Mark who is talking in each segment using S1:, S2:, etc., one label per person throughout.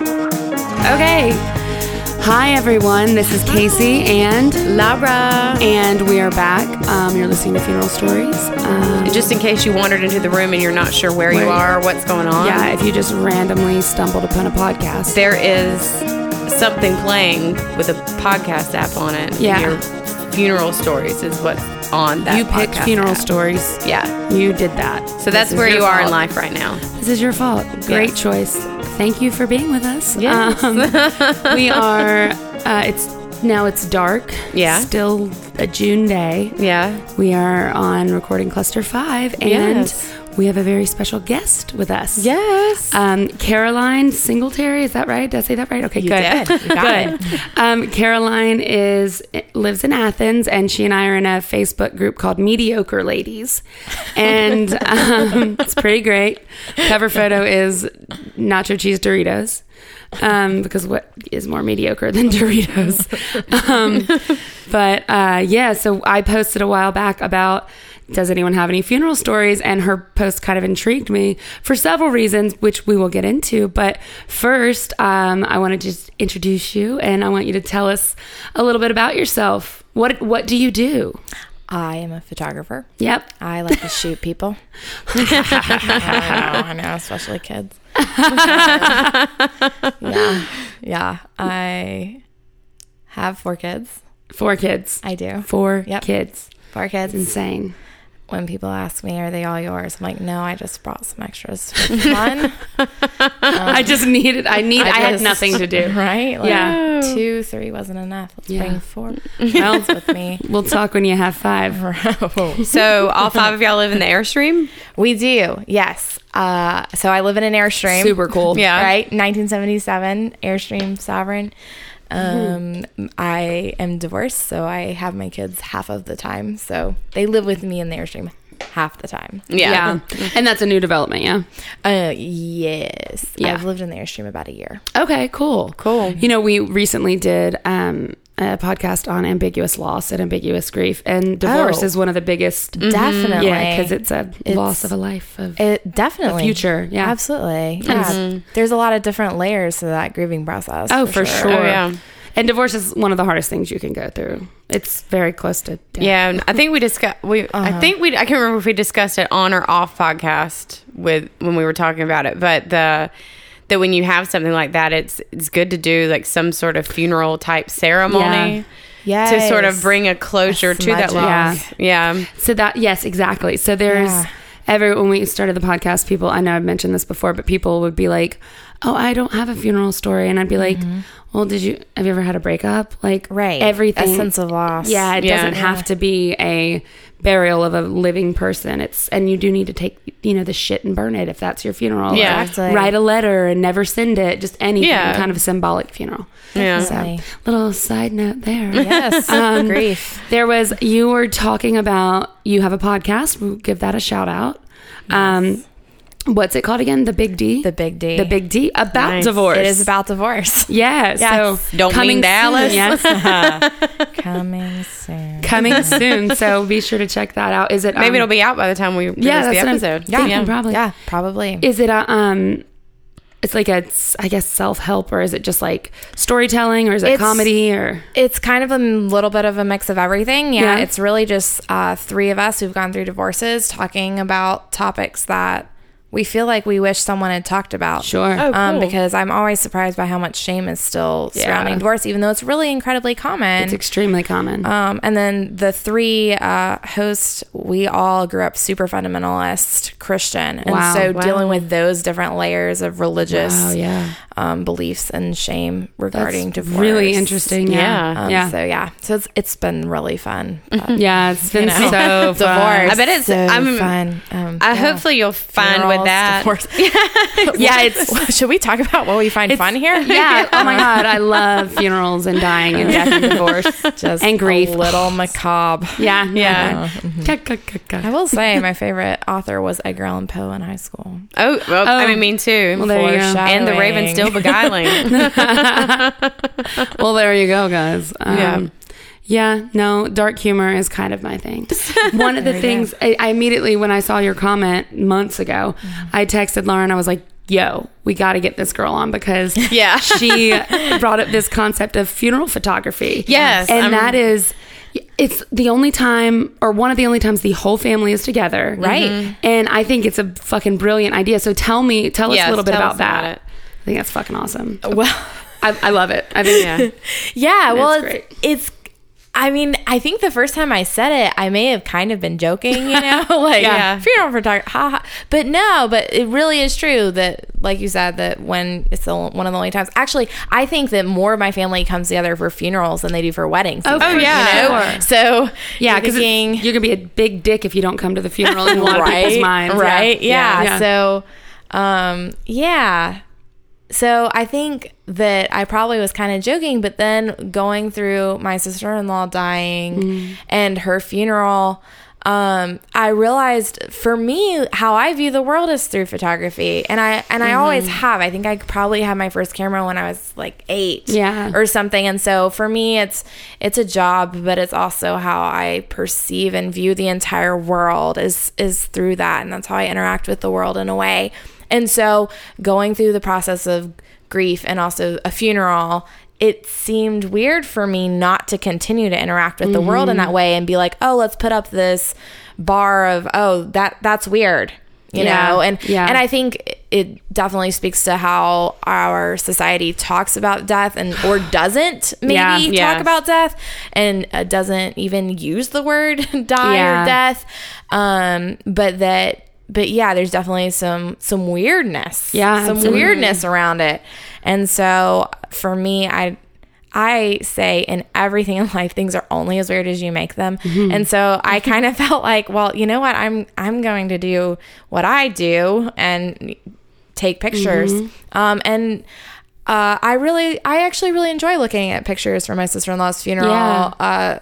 S1: Okay. Hi, everyone. This is Casey and
S2: Laura.
S1: and we are back. Um, you're listening to Funeral Stories. Um,
S2: Just in case you wandered into the room and you're not sure
S1: Where
S2: where, you
S1: you
S2: are or what's going on,
S1: yeah, if you just randomly stumbled upon a podcast,
S2: there is something playing with a podcast app on it.
S1: Yeah.
S2: Your funeral stories is what's on that.
S1: you picked
S2: podcast
S1: Funeral
S2: app.
S1: Stories.
S2: Yeah.
S1: You did that.
S2: So that's where you are in life right now.
S1: This is your fault. Great
S2: Yes.
S1: choice. Thank you for being with us.
S2: Yes.
S1: Um, we are. Uh, it's now it's dark.
S2: Yeah.
S1: Still a June day.
S2: Yeah.
S1: We are on recording cluster five, and
S2: Yes.
S1: we have a very special guest with us.
S2: Yes.
S1: Um, Caroline Singletary, is that right? Did I say that right? Okay, good.
S2: did. You got
S1: good. Um, Caroline is lives in Athens, and she and I are in a Facebook group called Mediocre Ladies, and um, it's pretty great. Cover photo is nacho cheese Doritos, um, because what is more mediocre than Doritos? Um, but uh, yeah, so I posted a while back about does anyone have any funeral stories? And her post kind of intrigued me for several reasons, which we will get into. But first, um, I want to just introduce you, and I want you to tell us a little bit about yourself. What What do you do?
S3: I am a photographer.
S1: Yep.
S3: I like to shoot people. I, know, I know, especially kids. yeah, yeah. I have four kids.
S1: Four kids.
S3: I do.
S1: Four
S3: Yep.
S1: kids.
S3: Four
S1: It's
S3: kids.
S1: insane.
S3: When people ask me, "Are they all yours?" I'm like, "No, I just brought some extras for fun."
S1: I just needed. I need. I, had
S3: just-
S1: nothing to do.
S3: right? Like,
S1: Yeah.
S3: Two, three wasn't enough. Let's
S1: Yeah.
S3: bring four
S1: Well,
S3: with me.
S1: we'll talk when you have five.
S2: so all five of y'all live in the airstream?
S3: we do. Yes. Uh, so I live in an airstream.
S1: Super cool.
S2: Yeah.
S3: Right? 1977, Airstream Sovereign. Um,
S1: Mm-hmm.
S3: I am divorced, so I have my kids half of the time. So they live with me in the Airstream half the time.
S2: Yeah.
S1: And that's a new development. Yeah.
S3: Uh, yes.
S1: Yeah.
S3: I've lived in the Airstream about a year. Mm-hmm.
S1: Okay, cool. Cool. You know, we recently did um, a podcast on ambiguous loss and ambiguous grief, and divorce
S3: Oh.
S1: is one of the biggest.
S3: Definitely.
S1: Yeah, because it's a loss of a life of
S3: It definitely
S1: future. Yeah. Mm-hmm.
S3: absolutely. Yeah, there's a lot of different layers to that grieving process.
S1: Oh, for sure.
S2: Oh, yeah.
S1: And divorce is one of the hardest things you can go through. It's very close to death.
S2: Yeah, and I think we discussed. We I
S1: Uh-huh.
S2: think we I can't remember if we discussed it on or off podcast with when we were talking about it, but the that when you have something like that, it's it's good to do like some sort of funeral type ceremony
S3: Yeah,
S2: to sort of bring a closure to that
S1: smudge
S2: loss. Yeah.
S1: So that yes, exactly. So there's
S3: Yeah.
S1: every when we started the podcast, people I know I've mentioned this before, but people would be like, "Oh, I don't have a funeral story," and I'd be like, "Well, did you have you ever had a breakup?" Like
S3: Mm-hmm. right
S1: everything
S3: a sense of loss.
S1: Yeah, it
S2: Yeah.
S1: doesn't have to be a burial of a living person. It's and you do need to take you know the shit and burn it if that's your funeral.
S2: Yeah.
S1: Or
S3: Exactly.
S1: Write a letter and never send it. Just anything
S2: Yeah.
S1: kind of symbolic funeral.
S2: Yeah.
S1: So
S3: Definitely.
S1: little side note there. Um,
S3: yes, grief.
S1: There was you were talking about you have a podcast. We'll give that a shout out. Um, what's it called again? The Big D.
S3: The Big D.
S1: The Big D about
S2: Nice.
S1: divorce.
S3: It is about divorce.
S1: Yeah.
S3: Yes.
S1: So
S2: Don't
S1: coming
S2: mean Dallas.
S1: Soon, yes.
S3: Coming soon.
S1: coming soon. So be sure to check that out. Is it
S2: Maybe
S1: um,
S2: it'll be out by the time we release
S1: yeah,
S2: the
S1: that's what I'm
S2: episode.
S1: thinking, probably.
S3: Yeah, probably.
S1: Is it a, um, it's like a, I guess self help, or is it just like storytelling, or is it
S3: It's-
S1: comedy, or
S3: it's kind of a little bit of a mix of everything. Yeah,
S1: Yeah.
S3: it's really just uh, three of us who've gone through divorces talking about topics that we feel like we wish someone had talked about.
S1: sure?
S2: Oh,
S3: Um,
S2: cool.
S3: because I'm always surprised by how much shame is still surrounding divorce, even though it's really incredibly common.
S1: It's extremely common.
S3: Um, and then the three uh, hosts, we all grew up super fundamentalist Christian, and
S1: Wow.
S3: so
S1: Wow.
S3: dealing with those different layers of religious
S1: oh yeah.
S3: um, beliefs and shame regarding
S1: That's
S3: divorce.
S1: Really interesting. Yeah.
S2: Yeah.
S3: Um,
S1: yeah.
S3: So yeah, so it's it's been really fun. but-
S1: yeah, it's been
S3: you know,
S1: so
S3: divorce.
S1: fun.
S2: I bet it's-
S3: so
S2: I'm-
S3: fun. Um,
S2: I
S3: yeah.
S2: Uh, hopefully you'll find
S3: Funerals,
S2: with that.
S3: divorce.
S1: Yeah, it's
S3: Should we talk about what we find fun here? Uh,
S1: yeah. Oh my god, I love funerals and dying and death and divorce.
S3: Just
S1: And grief.
S3: a little macabre. Uh,
S1: Yeah,
S2: Yeah.
S1: yeah.
S3: I will say my favorite author was Edgar Allan Poe in high school.
S2: Oh, well, I
S1: Oh.
S2: mean, me too.
S1: Well, there you go.
S2: and the raven
S3: Foreshadowing.
S2: still beguiling.
S1: well, there you go, guys. Um,
S2: Yeah.
S1: yeah. no, dark humor is kind of my thing. One of the
S3: you
S1: things I, I immediately, when I saw your comment months ago,
S2: Mm-hmm.
S1: I texted Lauren. I was like, yo, we got to get this girl on because
S2: Yeah.
S1: she brought up this concept of funeral photography.
S2: Yes,
S1: And
S2: I'm-
S1: that is, it's the only time or one of the only times the whole family is together.
S2: Mm-hmm.
S3: Right. Mhm.
S1: And I think it's a fucking brilliant idea. So tell me, tell us
S2: Yes,
S1: a little bit
S2: tell
S1: about
S2: us
S1: that.
S2: about it.
S1: I think that's fucking awesome.
S3: Well,
S1: I, I love it. I think
S2: yeah.
S3: yeah. Well,
S1: it's
S3: it's, it's. I mean, I think the first time I said it, I may have kind of been joking, you know, like
S2: Yeah.
S3: funeral photography. Ha, ha. But no, but it really is true that, like you said, that when it's the, one of the only times. Actually, I think that more of my family comes together for funerals than they do for weddings.
S1: Oh,
S2: Oh, yeah.
S1: yeah.
S2: Sure.
S3: So
S1: Yeah,
S3: you're
S1: because
S3: thinking-
S1: you're gonna be a big dick if you don't come to the funeral in a lot of people's minds, yeah.
S3: Right. Yeah.
S1: Yeah.
S3: So, um, yeah. So I think that I probably was kind of joking, but then going through my sister in law dying
S1: Mm.
S3: and her funeral, um, I realized for me how I view the world is through photography, and I and I always
S1: Mm-hmm.
S3: have. I think I probably had my first camera when I was like eight,
S1: Yeah.
S3: or something. And so for me, it's it's a job, but it's also how I perceive and view the entire world is is through that, and that's how I interact with the world in a way. And so going through the process of grief and also a funeral. It seemed weird for me not to continue to interact with the world in
S1: Mm-hmm.
S3: that way and be like, oh, let's put up this bar of, oh, that that's weird, you
S1: Yeah.
S3: know. And
S1: Yeah.
S3: and I think it definitely speaks to how our society talks about death and or doesn't maybe
S1: Yeah,
S3: talk
S2: yes.
S3: about death and uh, doesn't even use the word die
S1: Yeah.
S3: or death um but that but yeah there's definitely some some weirdness
S1: Yeah,
S3: some
S1: absolutely.
S3: weirdness around it and so for me i I say in everything in life, things are only as weird as you make them.
S2: Mm-hmm.
S3: And so I kind of felt like, well, you know what? I'm I'm going to do what I do and take pictures.
S2: Mm-hmm.
S3: Um, and uh, I really, I actually really enjoy looking at pictures from my sister in law's funeral.
S1: Yeah.
S3: Uh,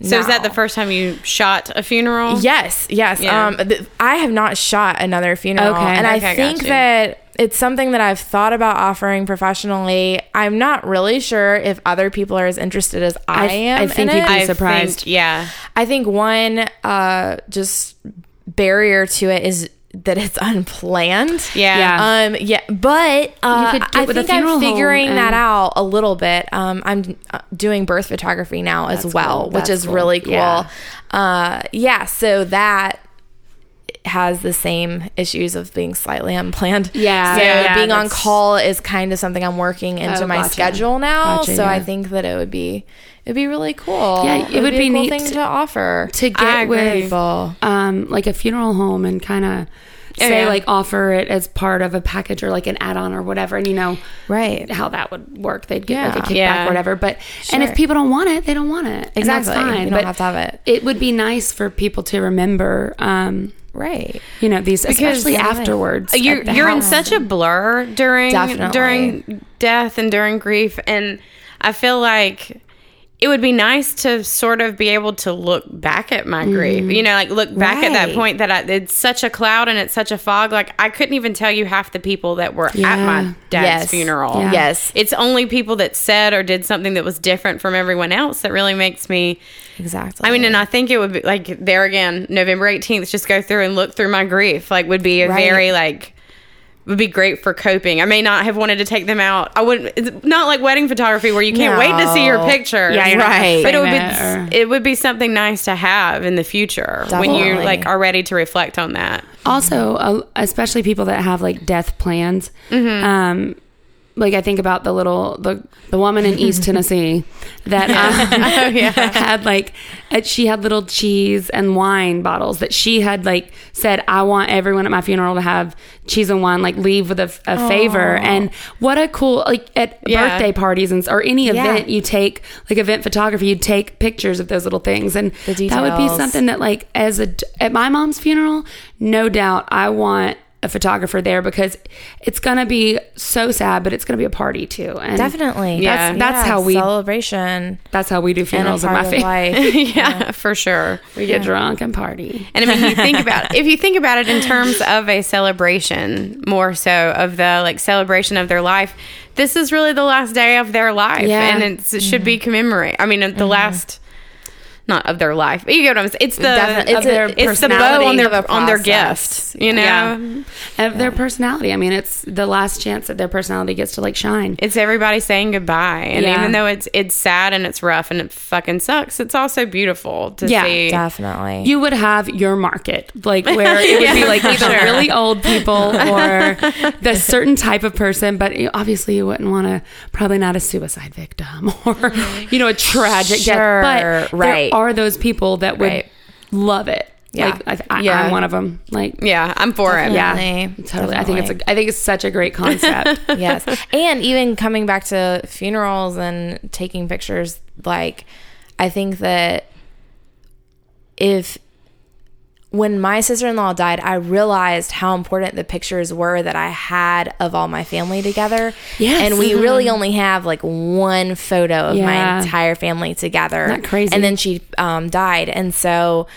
S2: So is that
S3: now.
S2: the first time you shot a funeral?
S3: Yes, yes.
S2: Yeah.
S3: Um, th- I have not shot another funeral,
S1: Okay.
S3: and
S2: Okay,
S3: I think
S2: gotcha.
S3: that it's something that I've thought about offering professionally. I'm not really sure if other people are as interested as I,
S1: th-
S3: am.
S1: I think
S3: in
S1: you'd
S3: it.
S1: be
S2: I
S1: surprised.
S2: think- yeah.
S3: I think one uh, just barrier to it is that it's unplanned.
S2: Yeah.
S1: Yeah.
S3: Um. Yeah. But uh,
S1: You could do it
S3: I
S1: with a
S3: think I'm
S1: funeral home
S3: figuring that
S1: and-
S3: out a little bit. Um. I'm uh, doing birth photography now as
S1: That's
S3: well,
S1: cool.
S3: which
S1: That's
S3: is
S1: cool.
S3: really cool.
S1: Yeah.
S3: Uh. Yeah. So that has the same issues of being slightly unplanned.
S1: Yeah.
S3: So
S1: Yeah, yeah,
S3: being on
S1: that's-
S3: call is kind of something I'm working into
S1: Oh,
S3: my
S1: gotcha.
S3: schedule now.
S1: Gotcha,
S3: so I
S1: yeah.
S3: think that it would be it'd be really cool.
S1: Yeah, it would
S3: a
S1: be
S3: cool
S1: neat
S3: thing
S1: to-
S3: to offer
S1: to
S2: I
S1: get
S2: agree.
S1: with
S3: people.
S1: um, like a funeral home and kind of say
S2: yeah.
S1: like offer it as part of a package or like an add-on or whatever, and you know
S3: Right.
S1: how that would work. They'd get like a kickback
S2: Yeah.
S1: or whatever. But and
S3: Sure.
S1: if people don't want it, they don't want it. And that's
S3: Exactly.
S1: fine.
S3: You don't
S1: but
S3: have to have it.
S1: It would be nice for people to remember. Um,
S3: Right.
S1: you know these, especially afterwards. at
S2: You're
S1: the
S2: you're in
S1: house.
S2: such a blur during
S3: Definitely.
S2: during death and during grief, and I feel like it would be nice to sort of be able to look back at my grief.
S1: Mm-hmm.
S2: You know, like look back at that
S3: Right.
S2: point that I, it's such a cloud and it's such a fog. Like I couldn't even tell you half the people that were at
S1: Yeah.
S2: my dad's
S3: Yes.
S2: funeral.
S1: Yeah.
S3: Yes.
S2: It's only people that said or did something that was different from everyone else that really makes me
S3: Exactly.
S2: I mean, and I think it would be like there again, November 18th, just go through and look through my grief. Like, would be a
S3: Right.
S2: very, like, would be great for coping. I may not have wanted to take them out. I wouldn't, it's not like wedding photography where you can't wait to see your
S3: No.
S2: picture.
S1: Yeah, you're not gonna
S3: Right.
S2: But it would, be,
S1: frame
S2: it would be something nice to have in the future when you,
S3: Definitely.
S2: like, are ready to reflect on that. Mm-hmm.
S1: also uh, especially people that have like death plans um like I think about the little the the woman in East Tennessee that
S2: Yeah.
S1: um,
S2: Oh, yeah.
S1: had like uh, she had little cheese and wine bottles that she had like said I want everyone at my funeral to have cheese and wine like leave with a, f- a favor and what a cool like at
S2: Yeah.
S1: birthday parties and s- or any event you take like event photography you take pictures of those little things and
S3: The
S1: that would be
S3: details.
S1: something that like as a at my mom's funeral no doubt i want a photographer there because it's gonna be so sad but it's gonna be a party too and
S3: Definitely.
S2: Yeah.
S1: that's, that's how we
S3: celebration
S1: that's how we do
S3: and a
S1: funerals in
S3: part
S1: my
S3: of
S1: family
S3: life.
S2: yeah, for sure.
S1: we get drunk and party
S2: And I mean, you think about if you think about it in terms of a celebration, more so of the like celebration of their life. This is really the last day of their life,
S1: Yeah.
S2: and it's, it should be commemorate. I mean, the last. Not of their life, but you get what I'm saying. It's the
S3: Defin- it's
S2: of their
S3: a-
S2: it's the bow on
S3: personality
S2: their
S3: of a
S2: on their
S3: process.
S2: gift, you know.
S1: Yeah. and their personality i mean it's the last chance that their personality gets to like shine
S2: It's everybody saying goodbye, and
S1: Yeah.
S2: even though it's it's sad and it's rough and it fucking sucks, it's also beautiful to
S1: Yeah,
S2: see.
S3: Definitely.
S1: you would have your market, like where it would be like either really old people or the certain type of person. But you- obviously, you wouldn't want to, probably not a suicide victim or, you know, a tragic
S3: Sure,
S1: death. But
S3: right.
S1: there are those people that would
S3: Right.
S1: love it.
S3: Yeah.
S1: Like, I, I,
S2: Yeah.
S1: I'm one of them. Like,
S2: Yeah, I'm for it.
S1: yeah,
S3: Definitely,
S1: totally. I think it's
S3: definitely.
S1: a, I think it's such a great concept.
S3: yes. And even coming back to funerals and taking pictures, like, I think that if when my sister in law died, I realized how important the pictures were that I had of all my family together.
S1: Yes. Mm-hmm.
S3: And we really only have like one photo of my
S1: Yeah.
S3: entire family together.
S1: Isn't that crazy?
S3: And then she um, died. And so.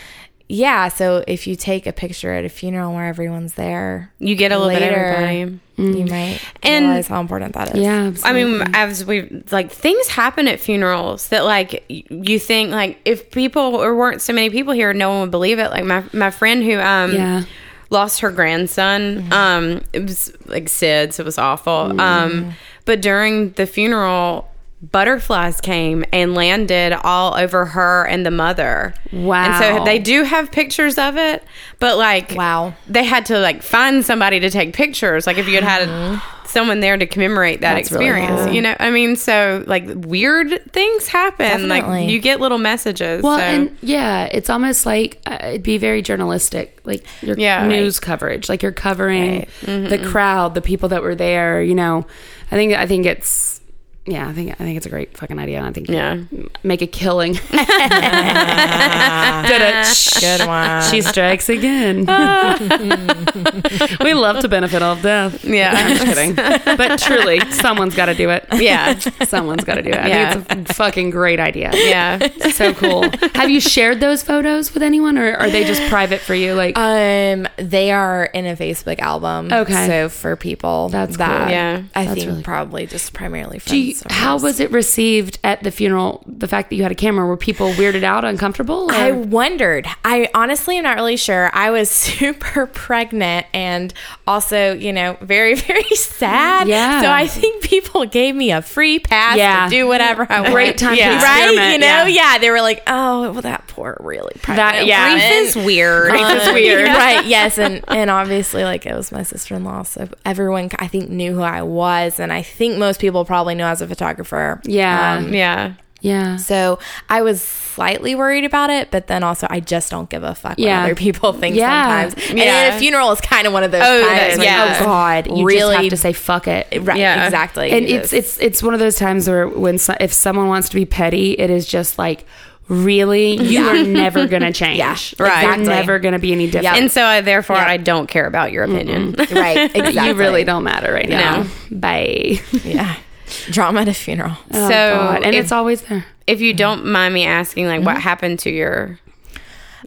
S3: Yeah, so if you take a picture at a funeral where everyone's there,
S2: You get a little bit of
S3: Later.
S2: everybody.
S3: you might
S2: And-
S3: realize how important that is.
S1: Mm. yeah,
S2: I
S1: absolutely.
S2: mean, as we like things happen at funerals that like y- you think like if people or weren't so many people here, no one would believe it. Like my my friend who um
S1: Yeah. Mm-hmm.
S2: lost her grandson. Um, it was like SIDS. It was awful. Um, but during the funeral. Butterflies came and landed all over her and the mother. And so
S1: Wow.
S2: they do have pictures of it, but like,
S3: Wow.
S2: they had to like find somebody to take pictures. Like if you had had
S1: Mm-hmm.
S2: someone there to commemorate that
S1: That's really
S2: experience,
S1: cool.
S2: you know, I mean, so like weird things happen.
S3: Definitely.
S2: Like you get little messages.
S1: Well,
S2: so.
S1: and yeah, it's almost like uh, it'd be very journalistic, like your
S2: Yeah. Mm-hmm.
S1: news coverage, like you're covering the crowd, the people that were there. You know, I think I think it's yeah, I think I think it's a great fucking idea. and I think you
S2: Yeah.
S1: m- make a killing. Da-da.
S3: Good one.
S1: she strikes again. we love to benefit off death. I'm
S2: yeah.
S1: just kidding, but truly, someone's got to do it.
S2: yeah.
S1: Someone's got to do it. I
S2: Yeah.
S1: think it's a fucking great idea.
S2: Yeah.
S1: So cool. Have you shared those photos with anyone or are they just private for you? Like,
S3: Um, they are in a Facebook album.
S1: Okay.
S3: so for people
S1: That's
S3: that,
S1: cool.
S2: Yeah.
S3: I
S1: That's
S3: think
S1: really cool.
S3: probably just primarily friends.
S1: do you,
S3: of
S1: how
S3: ours.
S1: was it received at the funeral? The fact that you had a camera, were people weirded out, uncomfortable? or-
S3: I wondered. I honestly am not really sure. I was super pregnant and also, you know, very, very sad.
S1: Yeah.
S3: So I think people gave me a free pass
S1: Yeah.
S3: to do whatever I want.
S1: Great time to
S3: yeah. right? You
S1: experiment, yeah.
S3: know, yeah. They were like, oh, well, that poor really pregnant.
S2: yeah.
S3: woman.
S2: Grief is weird.
S3: Um, right? Yes, and and obviously, like it was my sister in law, so everyone I think knew who I was, and I think most people probably knew I was a photographer. Um,
S1: yeah.
S2: Yeah.
S1: yeah.
S3: So I was slightly worried about it, but then also I just don't give a fuck
S1: Yeah.
S3: what other people think
S1: Yeah.
S3: sometimes.
S2: Yeah.
S3: And then a funeral is kind of one of those
S2: Oh,
S3: times. where
S2: yeah.
S3: you're like,
S1: Oh God! You
S3: really?
S1: just have to say fuck it,
S3: right?
S2: Yeah.
S3: Exactly.
S1: and
S3: You
S1: it's it's
S3: just-
S1: it's one of those times where when so, if someone wants to be petty, it is just like really you are never gonna change.
S3: Yeah.
S1: Like, you're
S3: Exactly.
S1: never gonna be any different.
S2: And so I, therefore, I don't care about your opinion.
S3: right. Exactly.
S1: You really don't matter right now.
S2: No.
S1: Bye.
S3: Yeah. Drama at a funeral.
S1: Oh,
S2: So
S1: God. and
S2: if-
S1: it's always there.
S2: If you don't mind me asking, like, what happened to your?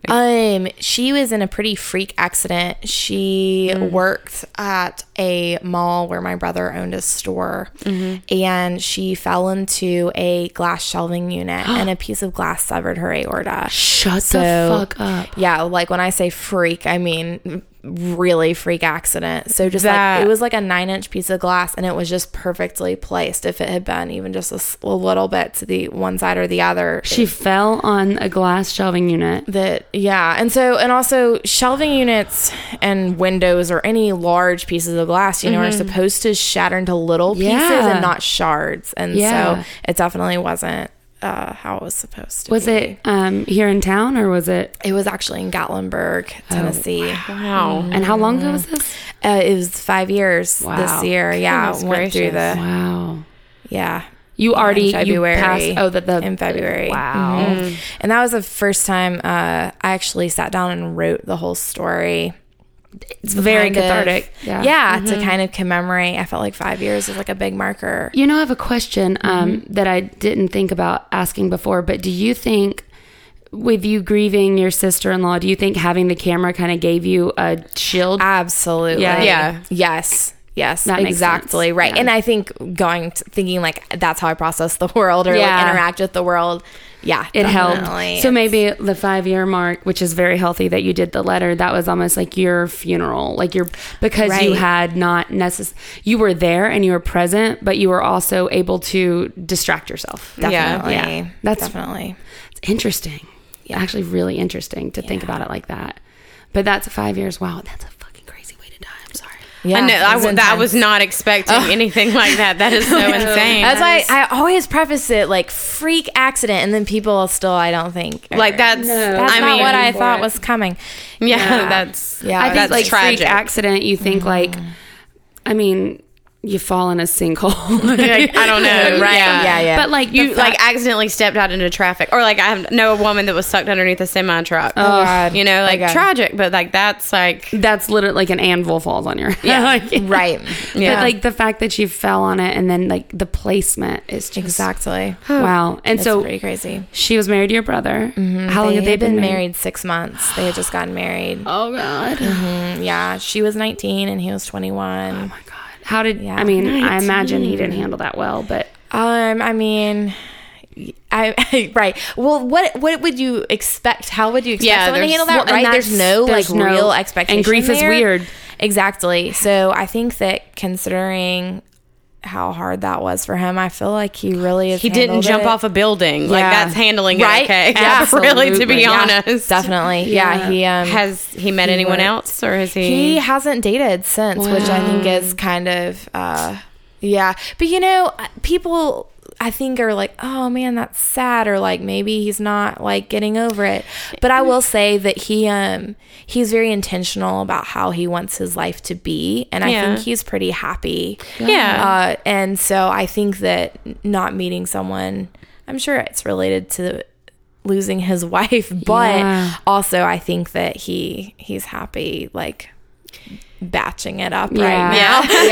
S3: Um, she was in a pretty freak accident. She
S1: Mm.
S3: worked at a mall where my brother owned a store,
S1: Mm-hmm.
S3: and she fell into a glass shelving unit, and a piece of glass severed her aorta.
S1: Shut
S3: So-
S1: the fuck up.
S3: Yeah, like when I say freak, I mean really freak accident. So just
S2: That-
S3: like it was like a nine inch piece of glass and it was just perfectly placed. If it had been even just a, s- a little bit to the one side or the other,
S1: She fell on a glass shelving unit.
S3: that yeah and so and also shelving units and windows or any large pieces of glass you know are supposed to shatter into little pieces
S1: Yeah.
S3: and not shards and
S1: Yeah.
S3: so it definitely wasn't uh, how it was supposed to
S1: Was
S3: be.
S1: it um, here in town or was it?
S3: it was actually in gatlinburg tennessee
S2: Wow.
S1: And how long ago was this?
S3: uh, it was five years
S1: Wow.
S3: this year yeah
S2: Goodness
S3: went through
S2: gracious.
S3: the
S1: Wow.
S3: yeah
S1: You already you
S3: February.
S1: passed. Oh, that the
S3: in February.
S1: Wow.
S3: Mhm. And that was the first time uh, I actually sat down and wrote the whole story.
S1: It's very
S3: kind of-
S1: cathartic.
S3: yeah,
S1: Mm-hmm.
S3: to kind of commemorate. I felt like five years was like a big marker.
S1: You know, I have a question um, that I didn't think about asking before, but do you think, with you grieving your sister in law, do you think having the camera kind of gave you a shield?
S3: Absolutely.
S1: Yeah.
S2: Yeah.
S3: Yes. Yes.
S1: That makes
S3: exactly.
S1: sense.
S3: Right. And I think going to thinking like that's how I process the world or
S1: Yeah.
S3: like interact with the world. Yeah.
S1: it
S3: definitely.
S1: helped. So maybe the five year mark, which is very healthy that you did the letter, that was almost like your funeral. Like your, because you
S3: Right.
S1: had not necess you were there and you were present, but you were also able to distract yourself.
S3: definitely.
S1: Yeah. Yeah. That's-
S3: definitely.
S1: It's interesting. Actually, really interesting to think about it like that. But that's five years. Wow, that's a fucking crazy way to die. I'm sorry.
S3: Yeah.
S2: I know. I,
S3: it was
S2: w- that I
S3: intense.
S2: was not expecting anything like that. That is so insane.
S3: That's why I always preface it like freak accident, and then people still I don't think are-
S2: like that's.
S3: That's
S2: I
S3: not
S2: mean,
S3: what I
S1: for
S3: thought
S1: it.
S3: was coming.
S2: Yeah, that's.
S3: Yeah.
S2: Yeah,
S3: I
S1: I think
S2: that's
S1: like
S2: tragic.
S1: freak accident. You think like, I mean, you fall in a sinkhole.
S2: Like, I don't know.
S3: Right.
S2: Yeah.
S3: Yeah, yeah.
S1: But like
S2: You like accidentally stepped out into traffic, or like I have, know a woman that was sucked underneath a semi truck.
S3: Oh, God.
S2: you know, like
S3: God.
S2: tragic, but like that's like
S1: that's literally like an anvil falls on your head.
S2: Yeah.
S1: Like,
S3: Right.
S1: But
S2: Yeah.
S1: like the fact that you fell on it and then like the placement is just
S3: Exactly.
S1: wow. And
S3: It's
S1: so
S3: pretty crazy.
S1: she was married to your brother. How long
S3: Mm-hmm. They
S1: have
S3: had
S1: they
S3: been married six months. They had just gotten married.
S1: Oh god.
S3: Mm, Yeah, she was 19 and he was 21.
S1: Oh my god. How did I mean? I imagine he
S3: Mm-hmm.
S1: didn't handle that well, but
S3: Um, I mean, I right. Well, what what would you expect? How would you expect
S2: Yeah,
S3: someone to
S2: there's-
S3: handle
S1: well,
S3: that?
S1: and
S3: right?
S1: that's-
S3: There's no
S1: there's
S3: like
S1: no-
S3: real
S1: and
S3: expectation.
S1: grief is
S3: there.
S1: weird.
S3: Exactly. So I think that considering how hard that was for him, I feel like he really has
S2: he didn't
S3: handled
S2: jump
S3: it.
S2: off a building. Like
S3: Yeah.
S2: that's handling it
S3: Right?
S2: okay.
S3: Yeah.
S2: really, to
S1: Absolutely.
S2: be
S1: Yeah.
S2: honest.
S3: Definitely. Yeah. He um
S2: Has he met anyone
S3: worked.
S2: else, or has he?
S3: He hasn't dated since, which I think is kind of, uh, yeah. But you know, uh, people I think are like, oh man, that's sad, or like maybe he's not like getting over it. But I will say that he, um, he's very intentional about how he wants his life to be, and I
S2: Yeah.
S3: think he's pretty happy.
S2: yeah.
S3: Uh, and so I think that not meeting someone, I'm sure it's related to losing his wife, but
S1: Yeah.
S3: also I think that he he's happy like batching it up right now.
S2: yeah.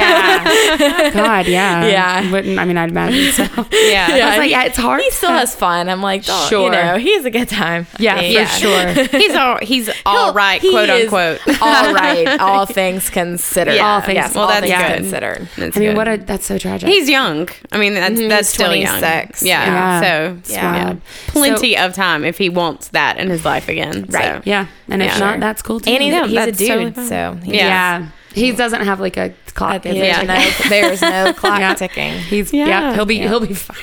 S1: yeah. God, yeah.
S3: Yeah.
S1: Wouldn't I mean? I'd imagine so.
S2: yeah.
S1: I was like,
S3: he-
S1: yeah, it's hard.
S3: He still has fun. I'm like, oh,
S1: Sure.
S3: you know, he's a good time. I
S1: Yeah,
S3: think.
S1: for sure.
S2: He's all he's all right,
S3: He
S2: quote
S3: is
S2: unquote.
S3: all right, all things considered.
S2: Yeah.
S1: All things-
S3: yes,
S1: well,
S3: all
S2: that's
S3: things
S2: good.
S3: considered.
S2: That's
S1: I mean,
S2: good.
S1: what a that's so tragic.
S2: he's young. I mean, that's that's
S3: Mhm. he's
S2: still young.
S3: 26.
S2: Yeah.
S1: yeah.
S2: So
S1: It's
S3: yeah.
S1: wild.
S2: plenty of time if he wants that in his life again.
S3: Right.
S1: So, yeah, and if
S2: Yeah.
S1: not, that's cool too.
S3: And he's,
S2: Yeah,
S3: he's a
S2: that's totally
S3: dude,
S2: fine.
S3: so he-
S2: Yeah.
S1: Yeah. He doesn't have like a clock. is
S3: There's,
S1: it?
S2: Yeah.
S3: no, there's no clock
S1: Yeah.
S3: ticking.
S1: He's
S2: Yeah.
S1: yeah. He'll be he'll be fine.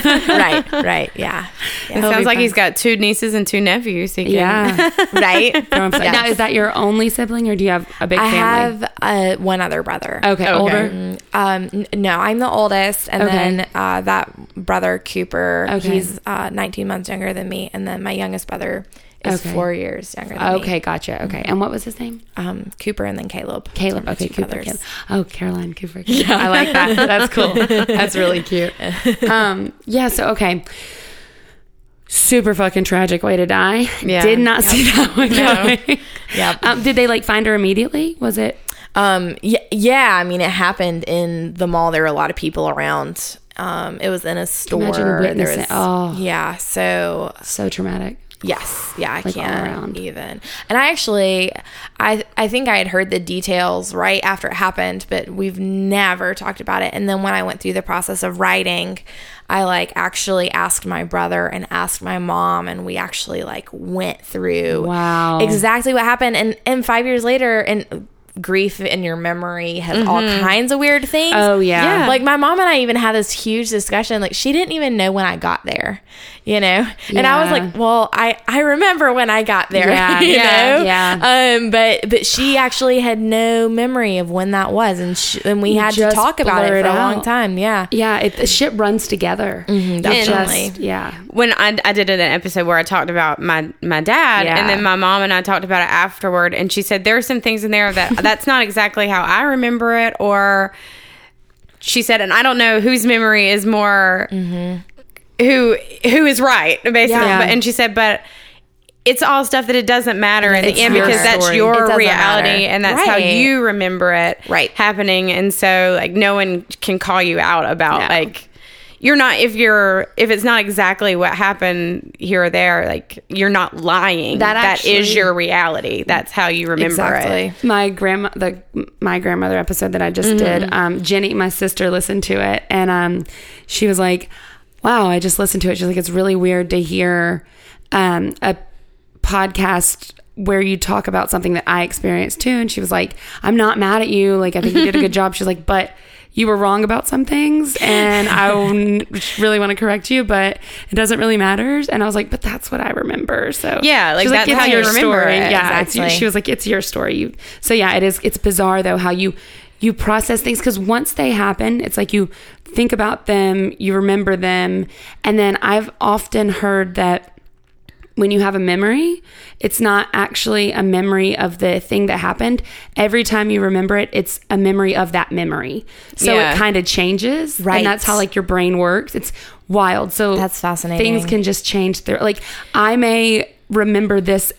S3: right, right, yeah,
S2: It
S3: yeah.
S1: He'll
S2: sounds
S1: be
S2: like
S1: fine.
S2: he's got two nieces and two nephews. He can,
S1: Yeah.
S3: right.
S1: Throw him- Now is that your only sibling, or do you have a big
S3: I
S1: family?
S3: have uh, one other brother.
S1: okay,
S2: Okay.
S1: older.
S3: Um, n- no, I'm the oldest, and
S1: Okay.
S3: then uh, that brother Cooper.
S1: Okay.
S3: He's uh, 19 months younger than me, and then my youngest brother is
S1: Okay.
S3: four years younger. than me.
S1: Okay, gotcha. Okay, and what was his name?
S3: Um, Cooper and then Caleb.
S1: Caleb.
S3: My
S1: Okay,
S3: two
S1: Cooper.
S3: brothers.
S1: Caleb. Oh, Caroline Cooper. I like that. That's cool. That's really cute. Um, yeah. So okay. Super fucking tragic way to die.
S2: Yeah.
S1: Did not see that one coming.
S3: Yep.
S1: Um, did they like find her immediately? Was it?
S3: Um, yeah, yeah. I mean, it happened in the mall. There were a lot of people around. Um, it was in a store.
S1: Imagine
S3: There
S1: witnessing-
S3: was-
S1: oh.
S3: yeah. So
S1: so traumatic.
S3: Yes. Yeah, I
S1: all
S3: can't
S1: around.
S3: even. And I actually I I think I had heard the details right after it happened, but we've never talked about it. And then when I went through the process of writing, I like actually asked my brother and asked my mom and we actually like went through
S1: Wow.
S3: exactly what happened and and 5 years later and grief in your memory has all kinds of weird things.
S1: Mm-hmm. Oh, yeah.
S2: Yeah.
S3: Like like my mom and I even had this huge discussion. Like she didn't even know when I got there, you know. And I was
S1: Yeah.
S3: like, "Well, I I remember when I got there,
S1: Yeah,
S3: you
S1: yeah,
S3: know."
S1: yeah.
S3: Um, but but she actually had no memory of when that was, and she, and we had to
S1: just
S3: talk about
S1: blur
S3: it for
S1: it
S3: a long
S1: out.
S3: time. Yeah.
S1: Yeah, it, the shit runs together. It just-
S3: definitely.
S1: yeah.
S2: when I, I did an episode where I talked about my my dad,
S1: Yeah.
S2: and then my mom and I talked about it afterward, and she said there are some things in there that that's not exactly how I remember it, or she said, and I don't know whose memory is more who who is right basically,
S1: Yeah.
S2: But, and she said, but. It's all stuff that it doesn't matter in
S1: It's
S2: the end
S1: your
S2: because that's
S1: story.
S3: It
S2: your
S3: doesn't
S2: reality
S3: matter.
S2: and that's how
S3: Right.
S2: you remember it
S3: Right.
S2: happening. And so like no one can call you out about
S1: No.
S2: like you're not if you're if it's not exactly what happened here or there like you're not lying
S1: That
S2: that, that
S1: actually-
S2: is your reality that's how you remember it
S1: my grandma the my grandmother episode that I just did. Um, Jenny, my sister, listened to it, and um, she was like, "Wow, I just listened to it." She's like, "It's really weird to hear um, a podcast." Where you talk about something that I experienced too. And she was like, I'm not mad at you. Like, I think you did a good job. She's like, but you were wrong about some things. And I n- really want to correct you, but it doesn't really matter. And I was like, but that's what I remember. So,
S2: Yeah, like,
S1: She's
S2: that's
S1: "It's
S2: how you
S1: your
S2: remember
S1: story.
S2: it.
S1: Yeah. it's-
S3: Exactly.
S1: she was like, it's your story. You so yeah, it is. It's bizarre though how you you process things because once they happen, it's like you think about them, you remember them, and then I've often heard that when you have a memory, it's not actually a memory of the thing that happened. Every time you remember it, it's a memory of that memory. So
S2: Yeah.
S1: it kind of changes,
S3: Right.
S1: And that's how like your brain works. It's wild. So
S3: That's fascinating.
S1: Things can just change through. Like I may remember this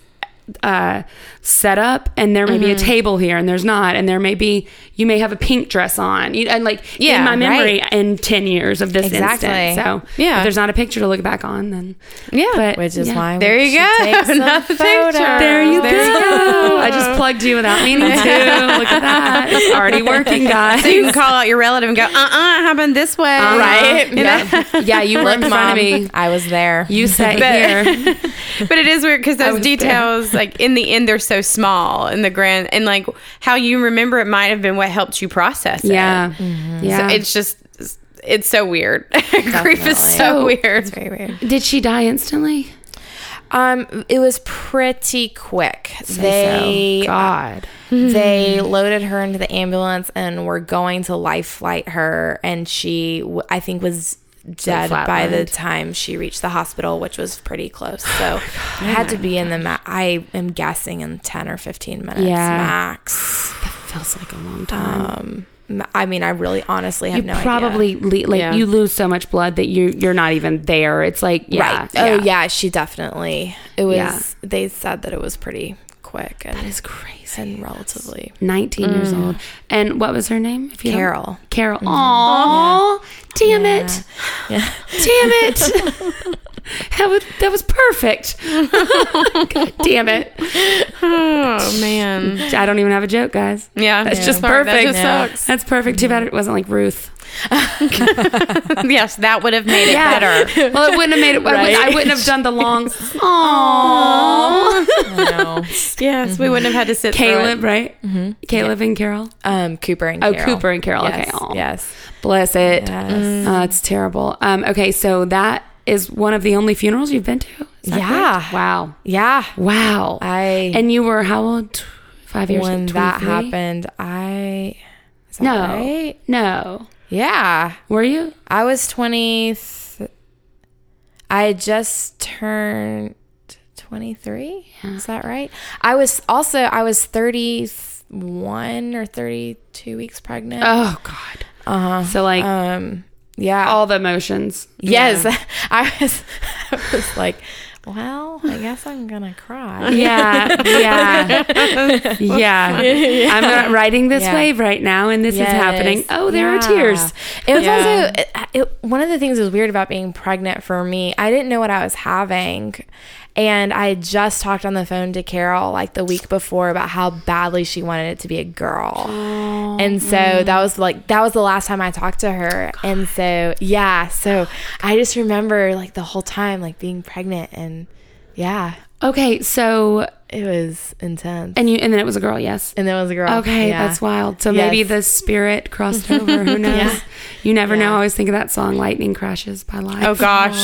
S1: uh, setup, and there may be a table here, and there's not, and there may be you may have a pink dress on, you, and like
S2: Yeah,
S1: in my memory in ten years of this
S3: Exactly.
S1: instance. So
S2: Yeah.
S1: if there's not a picture to look back on, then
S2: Yeah.
S1: but,
S3: Which is
S1: yeah.
S3: why
S2: There
S3: we
S2: you
S3: should
S2: go.
S3: take some
S2: Another picture.
S3: photos.
S1: There you go.
S2: go.
S1: I just plugged you without meaning to. Look at that. It's already working, guys.
S2: so you can call out your relative and go uh-uh it happened this way
S1: Uh-huh. Right? Yeah. yeah, you were in
S3: Look,
S1: front
S3: mom,
S1: of me.
S3: I was there.
S1: You sat here.
S2: but it is weird because those
S1: was there.
S2: details like in the end they're so small in the grand and like how you remember it might have been what helped you process it
S1: Yeah. Yeah.
S2: it's just it's so weird grief
S3: Definitely.
S2: is so weird
S3: It's very weird.
S1: Did she die instantly?
S3: Um, it was pretty quick. they
S1: God.
S3: they loaded her into the ambulance and were going to life flight her and she w- i think was dead by the
S1: flatlined.
S3: time she reached the hospital which was pretty close so it had to be in the ma- i am guessing in 10 or 15 minutes
S1: Yeah.
S3: max Um,
S1: That feels like a long time.
S3: M- i mean i really honestly have
S1: you
S3: no idea
S1: probably le- like
S2: Yeah.
S1: you lose so much blood that you you're not even there. It's like yeah,
S3: right oh yeah she definitely it was
S1: Yeah.
S3: they said that it was pretty quick
S1: That
S3: and,
S1: is crazy.
S3: and relatively
S1: 19 years old. And what was her name? If you don't-
S3: Carol.
S1: Carol. Aw, damn it. Damn it. that, was, that was perfect. God damn it.
S2: oh man
S1: I don't even have a joke, guys.
S2: Yeah,
S1: That's just
S2: Sorry,
S1: perfect.
S2: That just
S3: Yeah.
S2: sucks.
S1: That's perfect. Too bad it wasn't like Ruth.
S2: yes, that would have made it better.
S1: well, it wouldn't have made it. I, would, I wouldn't have done the long. Aww.
S2: Yes, we wouldn't have had to sit.
S1: Caleb, right? Mm-hmm. Caleb and Carol.
S3: um cooper and
S1: Oh,
S3: Carol.
S1: Cooper and Carol.
S3: yes,
S1: Okay. Aw.
S3: yes
S1: Bless it.
S3: Yes.
S1: Oh, it's terrible. Um, okay, so that is one of the only funerals you've been to. Is that
S3: Yeah.
S1: correct? Wow.
S3: yeah
S1: Wow.
S3: I-
S1: and you were how old? Tw- Five years.
S3: when that
S1: 23?
S3: happened, I is that
S1: No.
S3: right?
S1: No.
S3: Yeah,
S1: Were you?
S3: I was twenty. Th- I had just turned twenty three. Is that right? I was also I was thirty one or thirty two weeks pregnant.
S1: Oh God. Uh-huh. So like
S3: um, yeah.
S1: all the emotions.
S3: yes, I was. I was like, well, I guess I'm gonna cry.
S1: Yeah, yeah, yeah. I'm not riding this
S3: Yeah.
S1: wave right now, and this is
S3: Yes.
S1: happening. Oh, there
S3: Yeah.
S1: are tears.
S3: It was
S2: Yeah.
S3: also it, it, one of the things that was weird about being pregnant for me. I didn't know what I was having, And I had just talked on the phone to Carol like the week before about how badly she wanted it to be a girl. and so that was like, that was the last time I talked to her. And so, yeah. So I just remember like the whole time, like being pregnant and yeah,
S1: Okay, so
S3: it was intense.
S1: and you and then it was a girl, yes.
S3: And then it was a
S2: Oh,
S3: girl.
S1: Okay,
S3: Yeah.
S1: that's wild. So
S3: Yes.
S1: maybe the spirit crossed over. Who knows? You never know. I always think of that song "Lightning Crashes" by Live.
S2: Oh gosh.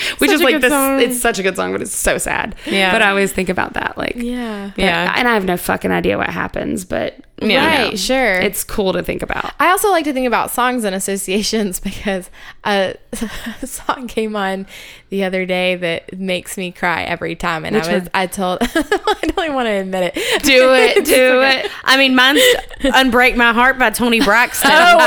S1: which
S2: Such
S1: is
S2: a
S1: like
S2: good
S1: this.
S2: song.
S1: It's such a good song, but it's so sad.
S2: Yeah.
S1: But I always think about that. Like,
S3: Yeah.
S2: Yeah.
S1: And I have no fucking idea what happens, but you
S2: Yeah.
S1: know,
S3: Right, sure.
S1: It's cool to think about.
S3: I also like to think about songs and associations because uh, a song came on the other day that makes me cry every time, and I was I told I don't even want to admit it.
S1: Do it, do it.
S2: I mean, mine's "Unbreak My Heart" by Tony Braxton.
S3: Oh, wow.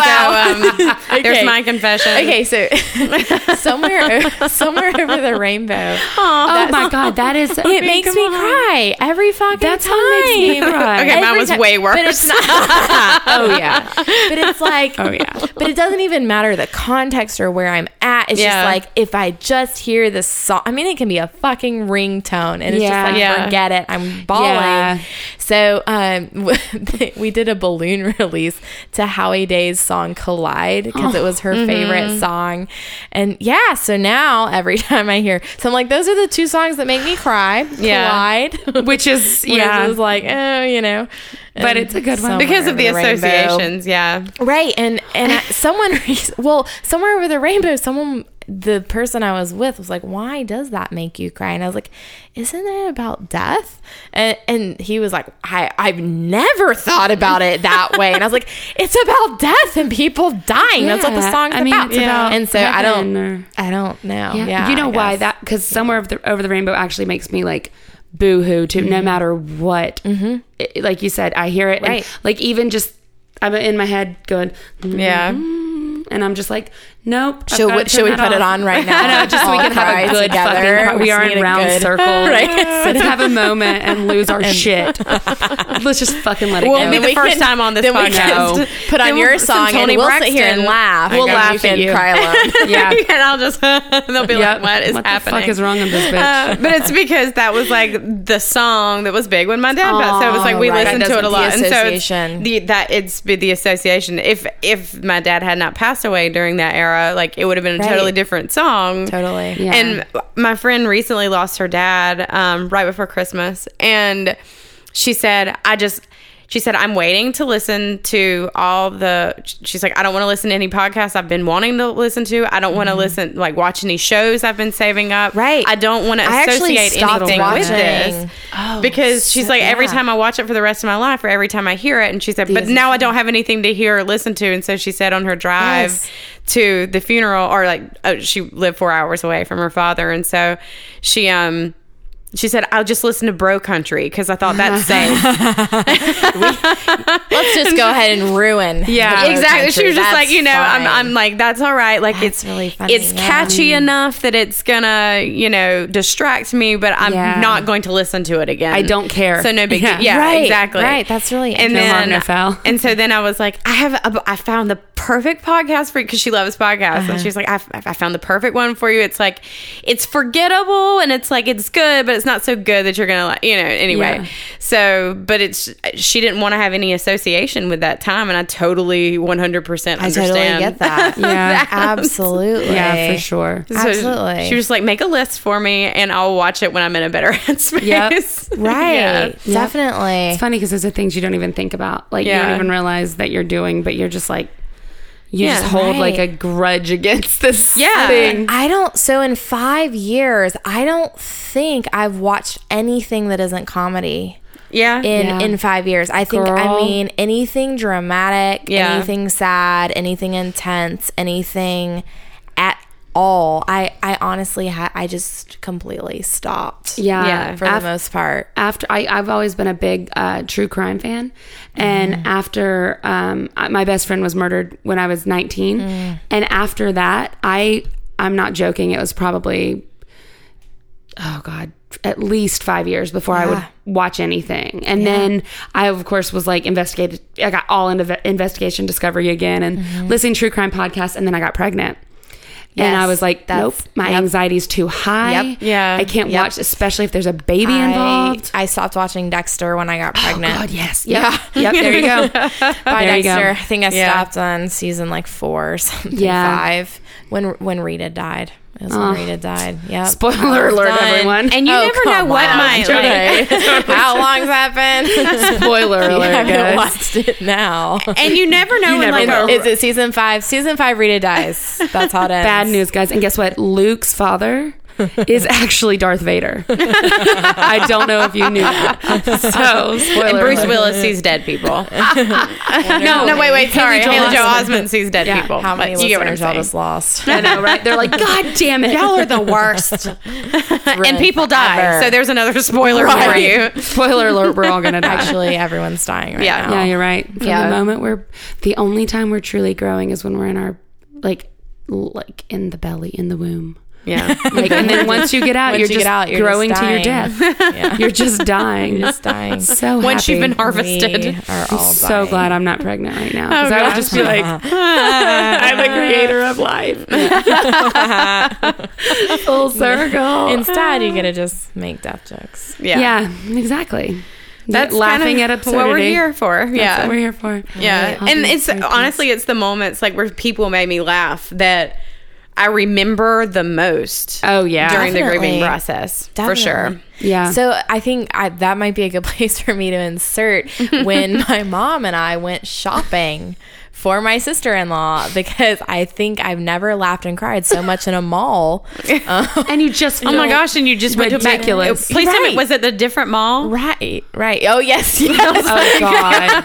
S2: So, um, There's
S3: Okay.
S2: my confession.
S3: Okay, so somewhere o- somewhere over the rainbow,
S1: Oh my god, that is.
S3: it makes me cry every fucking
S1: That
S3: time.
S1: song makes me cry.
S2: Okay, mine was
S3: time.
S2: way
S3: But
S2: worse.
S3: it's not- oh yeah, but it's like
S1: Oh, yeah.
S3: but it doesn't even matter the context or where I'm at. It's
S2: Yeah.
S3: just like if I just hear this song. I mean, it can be a fucking ringtone, and it's
S1: Yeah.
S3: just like
S2: Yeah.
S3: forget it. I'm bawling.
S1: Yeah.
S3: So um, we did a balloon release to Howie Day's song "Collide" because it was her
S1: Oh,
S3: favorite
S1: mm-hmm.
S3: song, and yeah. So now every time I hear, so I'm like, those are the two songs that make me cry.
S2: Yeah.
S3: Collide.
S1: Which is
S3: yeah.
S1: yeah,
S3: It was like, oh, you know.
S1: But
S3: And
S1: it's a good one.
S3: somewhere
S2: because of
S3: over
S2: Oh the
S3: rainbow.
S2: associations. Yeah.
S3: Right. And and I, someone well, somewhere over the rainbow, someone the person I was with was like, "Why does that make you cry?" And I was like, "Isn't it about death?" And and he was like, "I I've never thought about it that way." And I was like, "It's about death and people dying. That's what the
S1: Yeah.
S3: song's
S1: I mean,
S3: about."
S1: it's about
S3: and so I
S1: heaven
S3: don't
S1: or-
S3: I don't know. Yeah.
S1: Yeah. you know
S3: I
S1: why
S3: guess.
S1: that? Because somewhere over the, over the rainbow actually makes me like boo hoo to
S3: Mm-hmm.
S1: no matter what. It- like you said, I hear it. and,
S3: Right.
S1: like even just I'm in my head going,
S2: Yeah.
S1: "Mm," and I'm just like, nope. I've
S3: Should
S1: gotta
S3: we,
S1: turn
S3: should we
S1: that
S3: put it
S1: off."
S3: on right now?
S1: I know, just so we
S3: All
S1: can have
S3: cry
S1: a good
S3: together.
S1: fucking. We
S3: just
S1: are
S3: need
S1: in
S3: a
S1: round
S3: good-
S1: circle.
S3: Right.
S1: Let's have a moment and lose our shit. Let's just fucking let it
S2: We'll
S1: go.
S2: be the
S3: we
S2: first
S3: can-
S2: time on this
S3: then we
S2: podcast.
S3: can put on
S2: Then
S3: your
S2: we'll- some
S3: song and
S2: Tony
S3: we'll sit here
S2: Braxton.
S3: and laugh.
S2: We'll
S3: and
S2: laugh
S3: you
S1: at
S3: can
S1: you.
S3: cry alone.
S1: yeah.
S2: and I'll just they'll be
S1: Yep.
S2: like, "What is
S1: What the
S2: happening?
S1: fuck is wrong with this bitch?
S2: Uh, but it's because that was like the song that was big when my dad passed. So it was like
S3: Oh,
S2: we
S3: right.
S2: listened
S3: That
S2: to it
S3: doesn't-
S2: a lot,
S3: the
S2: and so it's
S3: association.
S2: the, that it's be the association. If if my dad had not passed away during that era, like it would have been a
S3: Right.
S2: totally different song.
S3: Totally.
S1: Yeah.
S2: Um, And my friend recently lost her dad um, right before Christmas, and she said, "I just." She said, I'm waiting to listen to all the. She's like, I don't want to listen to any podcasts I've been wanting to listen to. I don't want to listen, like, watch any shows I've been saving up.
S3: Mm-hmm. Right.
S2: I don't want to
S3: I actually
S2: associate
S3: stopped
S2: anything with this.
S3: watching. Oh,
S2: because she's like, every
S3: yeah.
S2: time I watch it for the rest of my life or every time I hear it. And she said, but now I don't have anything to hear or listen to. And so she said on her drive
S3: Yes.
S2: to the funeral or like oh, she lived four hours away from her father and so she um she said i'll just listen to bro country because i thought that's safe
S3: Let's just go ahead and ruin. the road
S2: exactly she
S3: country.
S2: was just
S3: That's
S2: like you know
S3: fine.
S2: I'm, I'm like that's all right like
S3: That's
S2: it's
S3: really funny,
S2: it's
S3: yeah.
S2: catchy enough that it's gonna you know distract me but i'm
S1: Yeah.
S2: not going to listen to it again
S1: I don't care.
S2: so no big
S1: Yeah.
S2: deal yeah
S3: Right,
S2: exactly
S3: right. That's really
S2: and
S3: interesting.
S1: No
S2: then
S1: harm, no foul.
S2: and so then i was like i have a, i found the perfect podcast for you because she loves podcasts and she's like I, I found the perfect one for you it's like it's forgettable and it's like it's good but it's not so good that you're gonna like you know anyway
S1: Yeah.
S2: so but it's she didn't want to have any association with that time and i totally 100%
S3: I
S2: understand
S3: totally get that.
S1: Yeah.
S3: Absolutely.
S1: Yeah, for sure.
S2: So
S3: Absolutely.
S2: she was like make a list for me and i'll watch it when i'm in a better headspace
S1: Yep.
S3: Right.
S2: Yeah.
S3: Definitely.
S1: It's funny because those are things you don't even think about. Like you
S2: Yeah.
S1: don't even realize that you're doing, but you're just like you
S2: Yeah,
S1: just hold like a
S3: right.
S1: grudge against this
S2: Yeah.
S1: thing.
S3: I don't. So in five years, I don't think I've watched anything that isn't comedy.
S2: yeah
S3: in
S1: Yeah.
S3: in five years. I think I
S1: Girl.
S3: mean anything dramatic,
S2: Yeah.
S3: anything sad, anything intense, anything at all. I I honestly ha- I just completely stopped.
S1: Yeah.
S2: Yeah,
S3: for
S1: Af-
S3: the most part.
S1: after I, I've always been a big uh, true crime fan, and
S3: Mm-hmm.
S1: after um, I- my best friend was murdered when I was 19,
S3: Mm.
S1: and after that, I I'm not joking. It was probably oh god, at least five years before I would watch anything, and then I of course was like investigated. I
S3: Mm-hmm.
S1: got all into ve- investigation discovery again, and listening to true crime podcasts, and then I got pregnant. And I
S3: Yes.
S1: was like, nope,
S3: That's-
S1: my anxiety's too high.
S3: Yep.
S2: Yeah.
S1: I can't
S3: Yep.
S1: watch, especially if there's a baby
S3: I-
S1: involved. Oh,
S3: I, stopped watching Dexter when I got pregnant.
S1: God, yes. Yep. Yep. There you go.
S3: By
S1: There you
S3: Dexter,
S1: go.
S3: I think I
S2: Yeah.
S3: stopped on season like four or something,
S1: Yeah.
S3: five. When when Rita died, it was
S1: Oh.
S3: when Rita died. Yeah.
S1: Spoiler alert, everyone.
S2: And you
S3: Oh,
S2: never know
S3: come
S2: what
S3: on.
S2: might
S3: Okay.
S2: like,
S3: How long's that been?
S1: Spoiler
S3: I
S1: alert,
S3: haven't
S1: guys.
S3: watched it now.
S2: and you never know when
S1: never
S2: like
S1: know.
S2: a-
S3: Is it season five? Season five, Rita dies. That's how it ends.
S1: Bad news, guys. And guess what? Luke's father is actually Darth Vader. I don't know if you knew that. So, spoiler
S2: and Bruce
S1: alert.
S2: Willis sees dead people.
S1: No,
S2: no, wait, wait, sorry.
S1: Haley Joel
S2: Haley Joel
S1: Osment.
S2: Osment sees dead people.
S3: How many
S2: But you get what I'm
S3: listeners y'all
S2: saying.
S3: just lost?
S1: I know, right? They're like, God damn it.
S2: Y'all are the worst. and people die.
S3: Forever.
S2: So there's another spoiler for
S3: Right.
S2: you.
S1: Spoiler alert, we're all going to die.
S3: Actually, everyone's dying right
S2: Yeah.
S3: now.
S1: Yeah, you're right. From
S2: Yeah.
S1: the moment we're the only time we're truly growing is when we're in our like like in the belly, in the womb.
S2: Yeah.
S1: Like, and then once you get out,
S3: Once
S1: you're
S3: you get
S1: just
S3: out, you're
S1: growing
S3: just
S1: to your
S3: dying.
S1: death. You're just dying.
S3: Just dying.
S1: so
S2: Once you've
S1: happy.
S2: been harvested.
S3: We are all
S1: so
S3: dying.
S1: glad I'm not pregnant right now. 'cause I would just be like, I'm the creator of life. Full circle.
S3: Instead, you get to just make death jokes.
S2: Yeah.
S1: yeah. exactly.
S2: That's
S1: laughing
S2: kind
S1: at
S2: of
S1: absurdity.
S2: What we're here for.
S1: That's
S2: yeah.
S1: what we're here for.
S2: Yeah.
S1: I'll
S2: and
S1: be
S2: it's
S1: so pleased.
S2: honestly, it's the moments like where people made me laugh that I remember the most
S1: Oh yeah.
S2: during the grieving
S3: Definitely.
S2: process. For
S3: Definitely.
S2: sure.
S1: yeah.
S3: So I think I, that might be a good place for me to insert when my mom and I went shopping for my sister-in-law because I think I've never laughed and cried so much in a mall. Um,
S1: and you just
S2: Oh my gosh! And you just went
S1: Ridiculous.
S2: to a back- Please tell me,
S3: Right.
S2: was it the different mall?
S3: Right, right. Oh yes, yes.
S1: Oh god!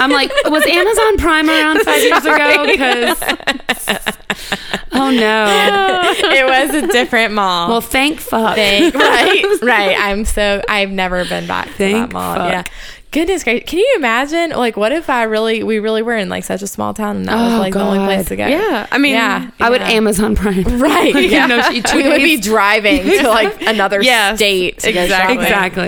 S1: I'm like, was Amazon Prime around five years ago? Because oh no!
S3: it was a different mall.
S1: Well, thank fuck.
S3: Thank- right, right. I'm so I've never been back to
S1: Thank
S3: that mall.
S1: fuck.
S3: Yeah. Goodness gracious! Can you imagine? Like, what if I really, we really were in like such a small town, and that
S1: Oh,
S3: was like the only
S1: God.
S3: place to go?
S2: Yeah. I mean,
S3: yeah.
S1: I would
S3: yeah.
S1: Amazon Prime.
S3: Right.
S1: yeah.
S3: Yeah.
S1: No, she, two
S3: we would be
S1: days-
S3: driving to like another
S2: Yes,
S3: state. To go
S2: exactly.
S3: shopping.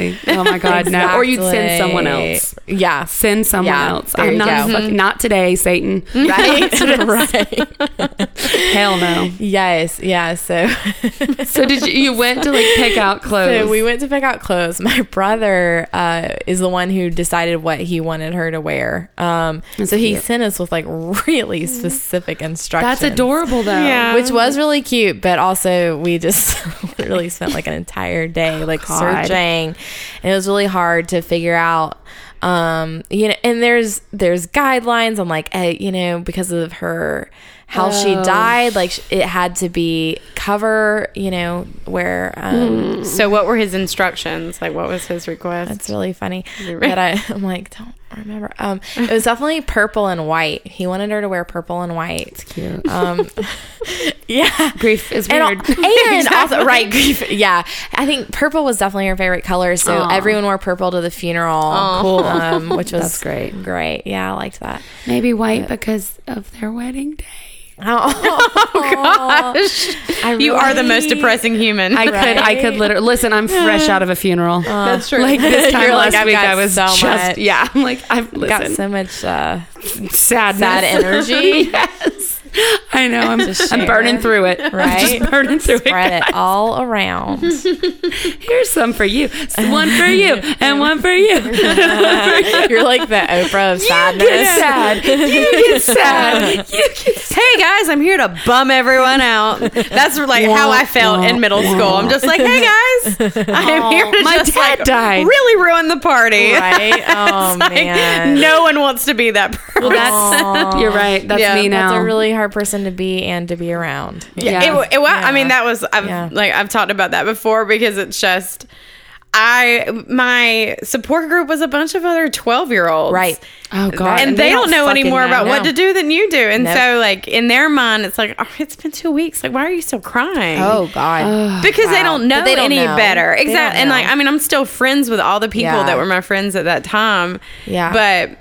S1: exactly. Oh my god! No. Or you'd send someone else.
S3: Exactly. Yeah.
S1: Send someone
S3: Yeah,
S1: else.
S3: there
S1: I'm
S3: you
S1: not
S3: go.
S1: fucking, not today, Satan.
S3: Right. right.
S1: Hell no.
S3: Yes. Yeah. So,
S1: So did you? You went to like pick out clothes.
S3: so we went to pick out clothes. My brother uh, is the one who decided what he wanted her to wear. Um, so he
S1: cute.
S3: sent us with like really specific instructions.
S1: That's adorable though.
S2: Yeah.
S3: Which was really cute, but also we just literally spent like an entire day like
S1: Oh, God.
S3: searching. And it was really hard to figure out um you know and there's there's guidelines on like eh, you know because of her how she
S1: Oh.
S3: died like sh- it had to be cover you know where
S1: Mm-hmm.
S3: um
S2: So, what were his instructions? Like, what was his request?
S3: that's really funny that I, i'm like don't remember um it was definitely purple and white he wanted her to wear purple and white
S1: Cute.
S3: um yeah
S1: Uh, Grief is weird.
S3: and, and also right grief yeah i think purple was definitely her favorite color so
S1: Aw.
S3: everyone wore purple to the funeral
S1: Cool.
S3: um, which was
S1: That's great.
S3: great yeah i liked that
S1: Maybe white because of their wedding day.
S3: oh,
S2: You are the most depressing human.
S1: I could, I could
S3: Right? Oh.
S1: literally listen. I'm fresh out of a funeral.
S2: That's true.
S1: like this time
S3: You're
S1: last
S3: like, I've
S1: week,
S3: got
S1: I was
S3: so
S1: just
S3: much.
S1: yeah. I'm like I've
S3: got
S1: listened.
S3: so much uh,
S1: sadness.
S3: sad energy
S1: yes, I know. I'm I'm
S3: share.
S1: burning through it. I'm
S3: Right?
S1: just burning through
S3: spread
S1: it.
S3: it all around
S1: Here's some for you, S- one for you, and one for you.
S3: you're like the oprah of sadness
S1: Get sad. You get sad. You get sad.
S2: hey guys, I'm here to bum everyone out. That's like how I felt in middle school. I'm just like, hey guys, I am here to
S1: My
S2: just
S1: dad
S2: like
S1: died.
S2: really ruin the party.
S3: right oh man
S2: No one wants to be that person.
S1: That's you're right. That's
S2: Yeah,
S1: me now.
S3: that's a really hard person to be and to be around
S1: yeah.
S2: It, it, well, I mean, that was I've
S3: Yeah.
S2: like I've talked about that before because it's just I my support group was a bunch of other twelve year olds,
S3: Right.
S1: oh god.
S2: and, they, don't, know
S3: fucking
S2: any more
S3: know.
S2: about what
S3: No.
S2: to do than you do. And
S3: Nope.
S2: so, like in their mind, it's like, oh, it's been two weeks. Like, why are you still crying?
S3: oh god
S2: because they
S3: Wow.
S2: don't know
S3: But they don't
S2: any
S3: know.
S2: better.
S3: They don't
S2: Exactly. And like,
S3: know.
S2: I mean, I'm still friends with all the people
S3: Yeah.
S2: that were my friends at that time.
S3: Yeah.
S2: But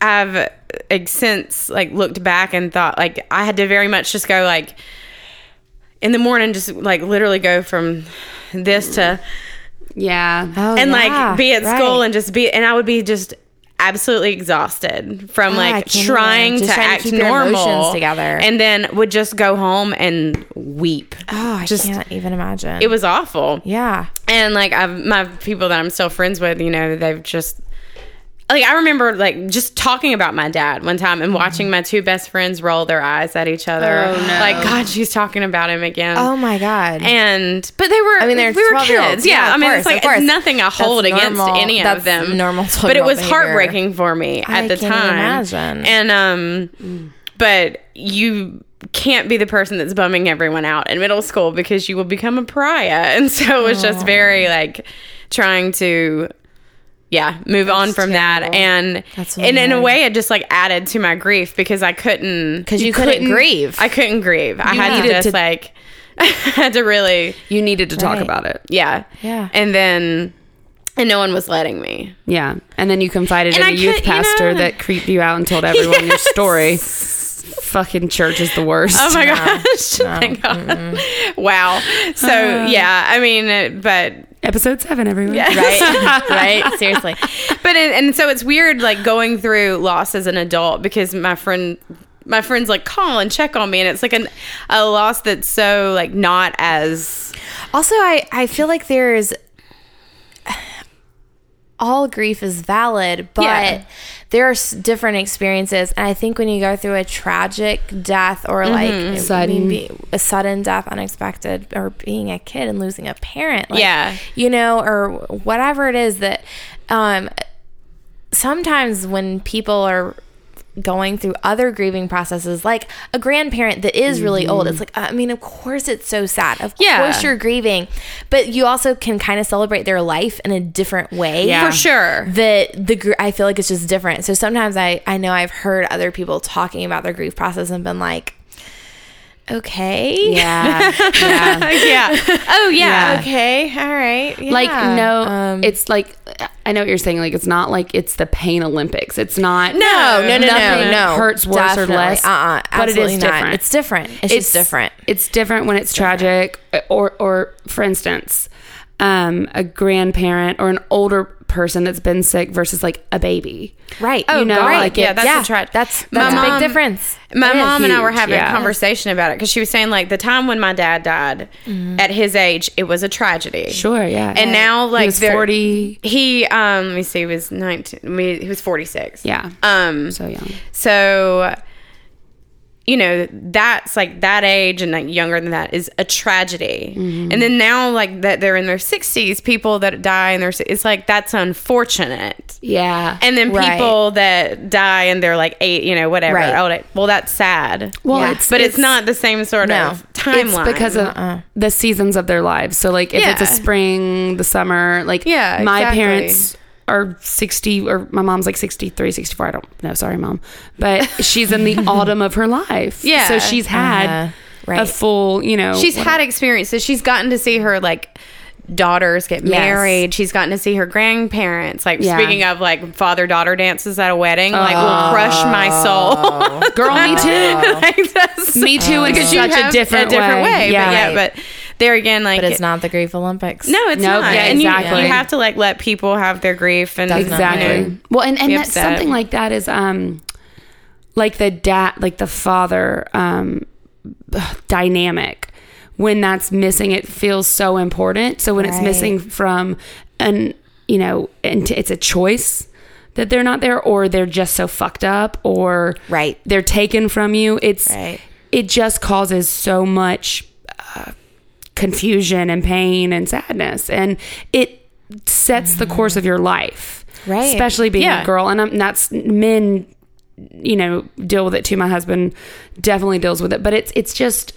S2: I've like, since like looked back and thought like I had to very much just go like in the morning, just like literally go from this to
S1: yeah.
S3: Oh,
S2: and
S3: yeah,
S2: like be at
S3: Oh, right.
S2: school and just be and I would be just absolutely exhausted from
S3: Ah, I
S2: like
S3: can't
S2: trying
S3: even.
S2: to
S3: Just trying to
S2: act
S3: keep your
S2: normal
S3: emotions together.
S2: and then would just go home and weep.
S3: Oh, I
S2: Just-
S3: can't even imagine.
S2: It was awful.
S3: yeah.
S2: And like I've my people that I'm still friends with, you know, they've just like I remember like just talking about my dad one time and
S3: Mm-hmm.
S2: watching my two best friends roll their eyes at each other.
S1: Oh, no.
S2: Like God, she's talking about him again.
S3: Oh my god.
S2: and but they were I
S3: mean,
S2: mean
S3: they're
S2: they're we were
S3: 12 year olds.
S2: kids. Yeah,
S3: Yeah, of
S2: I mean
S3: course,
S2: it's like
S3: of course.
S2: it's nothing I hold
S3: That's
S2: against
S3: normal-
S2: any
S3: that's
S2: of them.
S3: normal
S2: but it
S3: 12-year-old
S2: was
S3: behavior.
S2: heartbreaking for me
S3: I
S2: at the
S3: can't
S2: time.
S3: imagine.
S2: And um but you can't be the person that's bumming everyone out in middle school because you will become a pariah. And so it was just very like trying to yeah, move on from that, and
S3: That's
S2: and in a
S3: weird.
S2: way, it just like added to my grief because I couldn't
S3: 'Cause you couldn't grieve.
S2: I couldn't grieve. I had to
S3: needed
S2: just
S3: to-
S2: like I had to really
S1: You needed to talk
S3: Right.
S1: about it.
S2: yeah.
S3: Yeah.
S2: And then, and no one was letting me.
S1: Yeah. And then you confided
S2: And
S1: in a
S2: I
S1: youth
S2: could- you
S1: pastor
S2: know-
S1: that creeped you out and told everyone your story. Fucking church is the worst.
S3: Um,
S2: Oh my gosh. Thank God. Wow. So, yeah, I mean, uh, but,
S1: Episode seven, everyone.
S3: right. right. Seriously.
S2: but, it, and so it's weird like going through loss as an adult because my friend, my friends like call and check on me and it's like an, a loss that's so like not as
S3: Also, I I feel like there's all grief is valid, but
S2: Yeah.
S3: there are s- different experiences, and I think when you go through a tragic death or
S2: Mm-hmm.
S3: like I
S1: Sudden.
S3: mean, be- a sudden death, unexpected, or being a kid and losing a parent, like,
S2: Yeah.
S3: you know, or whatever it is that, um, sometimes when people are going through other grieving processes like a grandparent that is really old it's like i mean of course it's so sad of
S2: Yeah.
S3: course you're grieving but you also can kind of celebrate their life in a different way
S1: Yeah.
S2: for sure.
S3: that the gr- i feel like it's just different so sometimes i i know i've heard other people talking about their grief process and been like okay
S1: Yeah. yeah.
S2: yeah. Oh yeah.
S1: Yeah.
S3: okay all right
S1: like
S3: yeah.
S1: no
S3: Um,
S1: it's like i know what you're saying like it's not like it's the pain olympics it's not
S3: no no no no,
S1: nothing
S3: no.
S1: hurts worse
S3: Definitely.
S1: or less
S3: uh-uh
S1: but it
S3: absolutely
S1: is
S3: not.
S1: different
S3: it's different it's, just different
S1: it's different when it's tragic or or for instance um a grandparent or an older person that's been sick versus like a baby
S3: right
S1: Oh,
S3: you know
S1: God.
S3: like
S1: Yeah,
S3: it-
S1: that's
S3: yeah,
S1: a tra-
S3: that's
S2: My
S3: that's a
S2: mom-
S3: big difference
S2: My
S1: It is
S2: mom and I were
S1: huge,
S2: having
S1: yeah.
S2: a conversation about it because she was saying like the time when my dad died at his age, it was a tragedy.
S1: Mm-hmm. sure yeah
S2: And now
S1: He
S2: like
S1: was
S2: they're-
S1: 40
S2: He um let me see, he was nineteen. we- He was forty six.
S1: yeah
S2: Um.
S1: so young
S2: So. You know, that's like that age and like younger than that is a tragedy.
S1: Mm-hmm.
S2: And then now, like that they're in their 60s, people that die in their, si- it's like that's unfortunate.
S1: yeah
S2: And then
S3: Right.
S2: people that die and they're like eight, you know, whatever.
S3: Right.
S2: Old, well, that's sad.
S1: Well,
S3: Yeah.
S1: it's,
S2: but it's,
S1: it's
S2: not the same sort
S3: No.
S2: of timeline. Uh-uh.
S1: It's because of the seasons of their lives. So like if it's a
S2: Yeah.
S1: spring, the summer, like
S2: Yeah,
S1: my
S2: exactly.
S1: parents are 60 or my mom's like 63, 64. I don't know. Sorry, mom. But she's in the autumn of her life.
S2: Yeah.
S1: So she's had
S3: Uh-huh. Right.
S1: a full, you know,
S2: she's had experiences. She's gotten to see her like daughters get married. She's gotten to see her grandparents. Like
S1: Yeah.
S2: speaking of like father daughter dances at a wedding, like will crush my soul.
S1: girl, me too.
S2: like that's
S1: Me too. in
S2: because you
S1: such a
S2: have
S1: different,
S2: different way.
S1: Yeah.
S2: But yeah, but there again, like
S3: but it's not the grief olympics
S2: No, it's
S1: Nope.
S2: not.
S1: Yeah,
S2: and you,
S1: exactly.
S2: you have to like let people have their grief and
S1: exactly.
S2: you know,
S1: Well, and, and
S2: be
S1: that's
S2: upset.
S1: something like that is, um, like the dad, like the father, um, dynamic when that's missing it feels so important so when it's
S3: Right.
S1: missing from an you know and it's a choice that they're not there or they're just so fucked up or
S3: Right.
S1: they're taken from you it's
S3: Right.
S1: it just causes so much uh, confusion and pain and sadness and it sets the course of your life
S3: Right.
S1: especially being
S2: Yeah.
S1: a girl and I'm, that's men you know deal with it too my husband definitely deals with it but it's it's just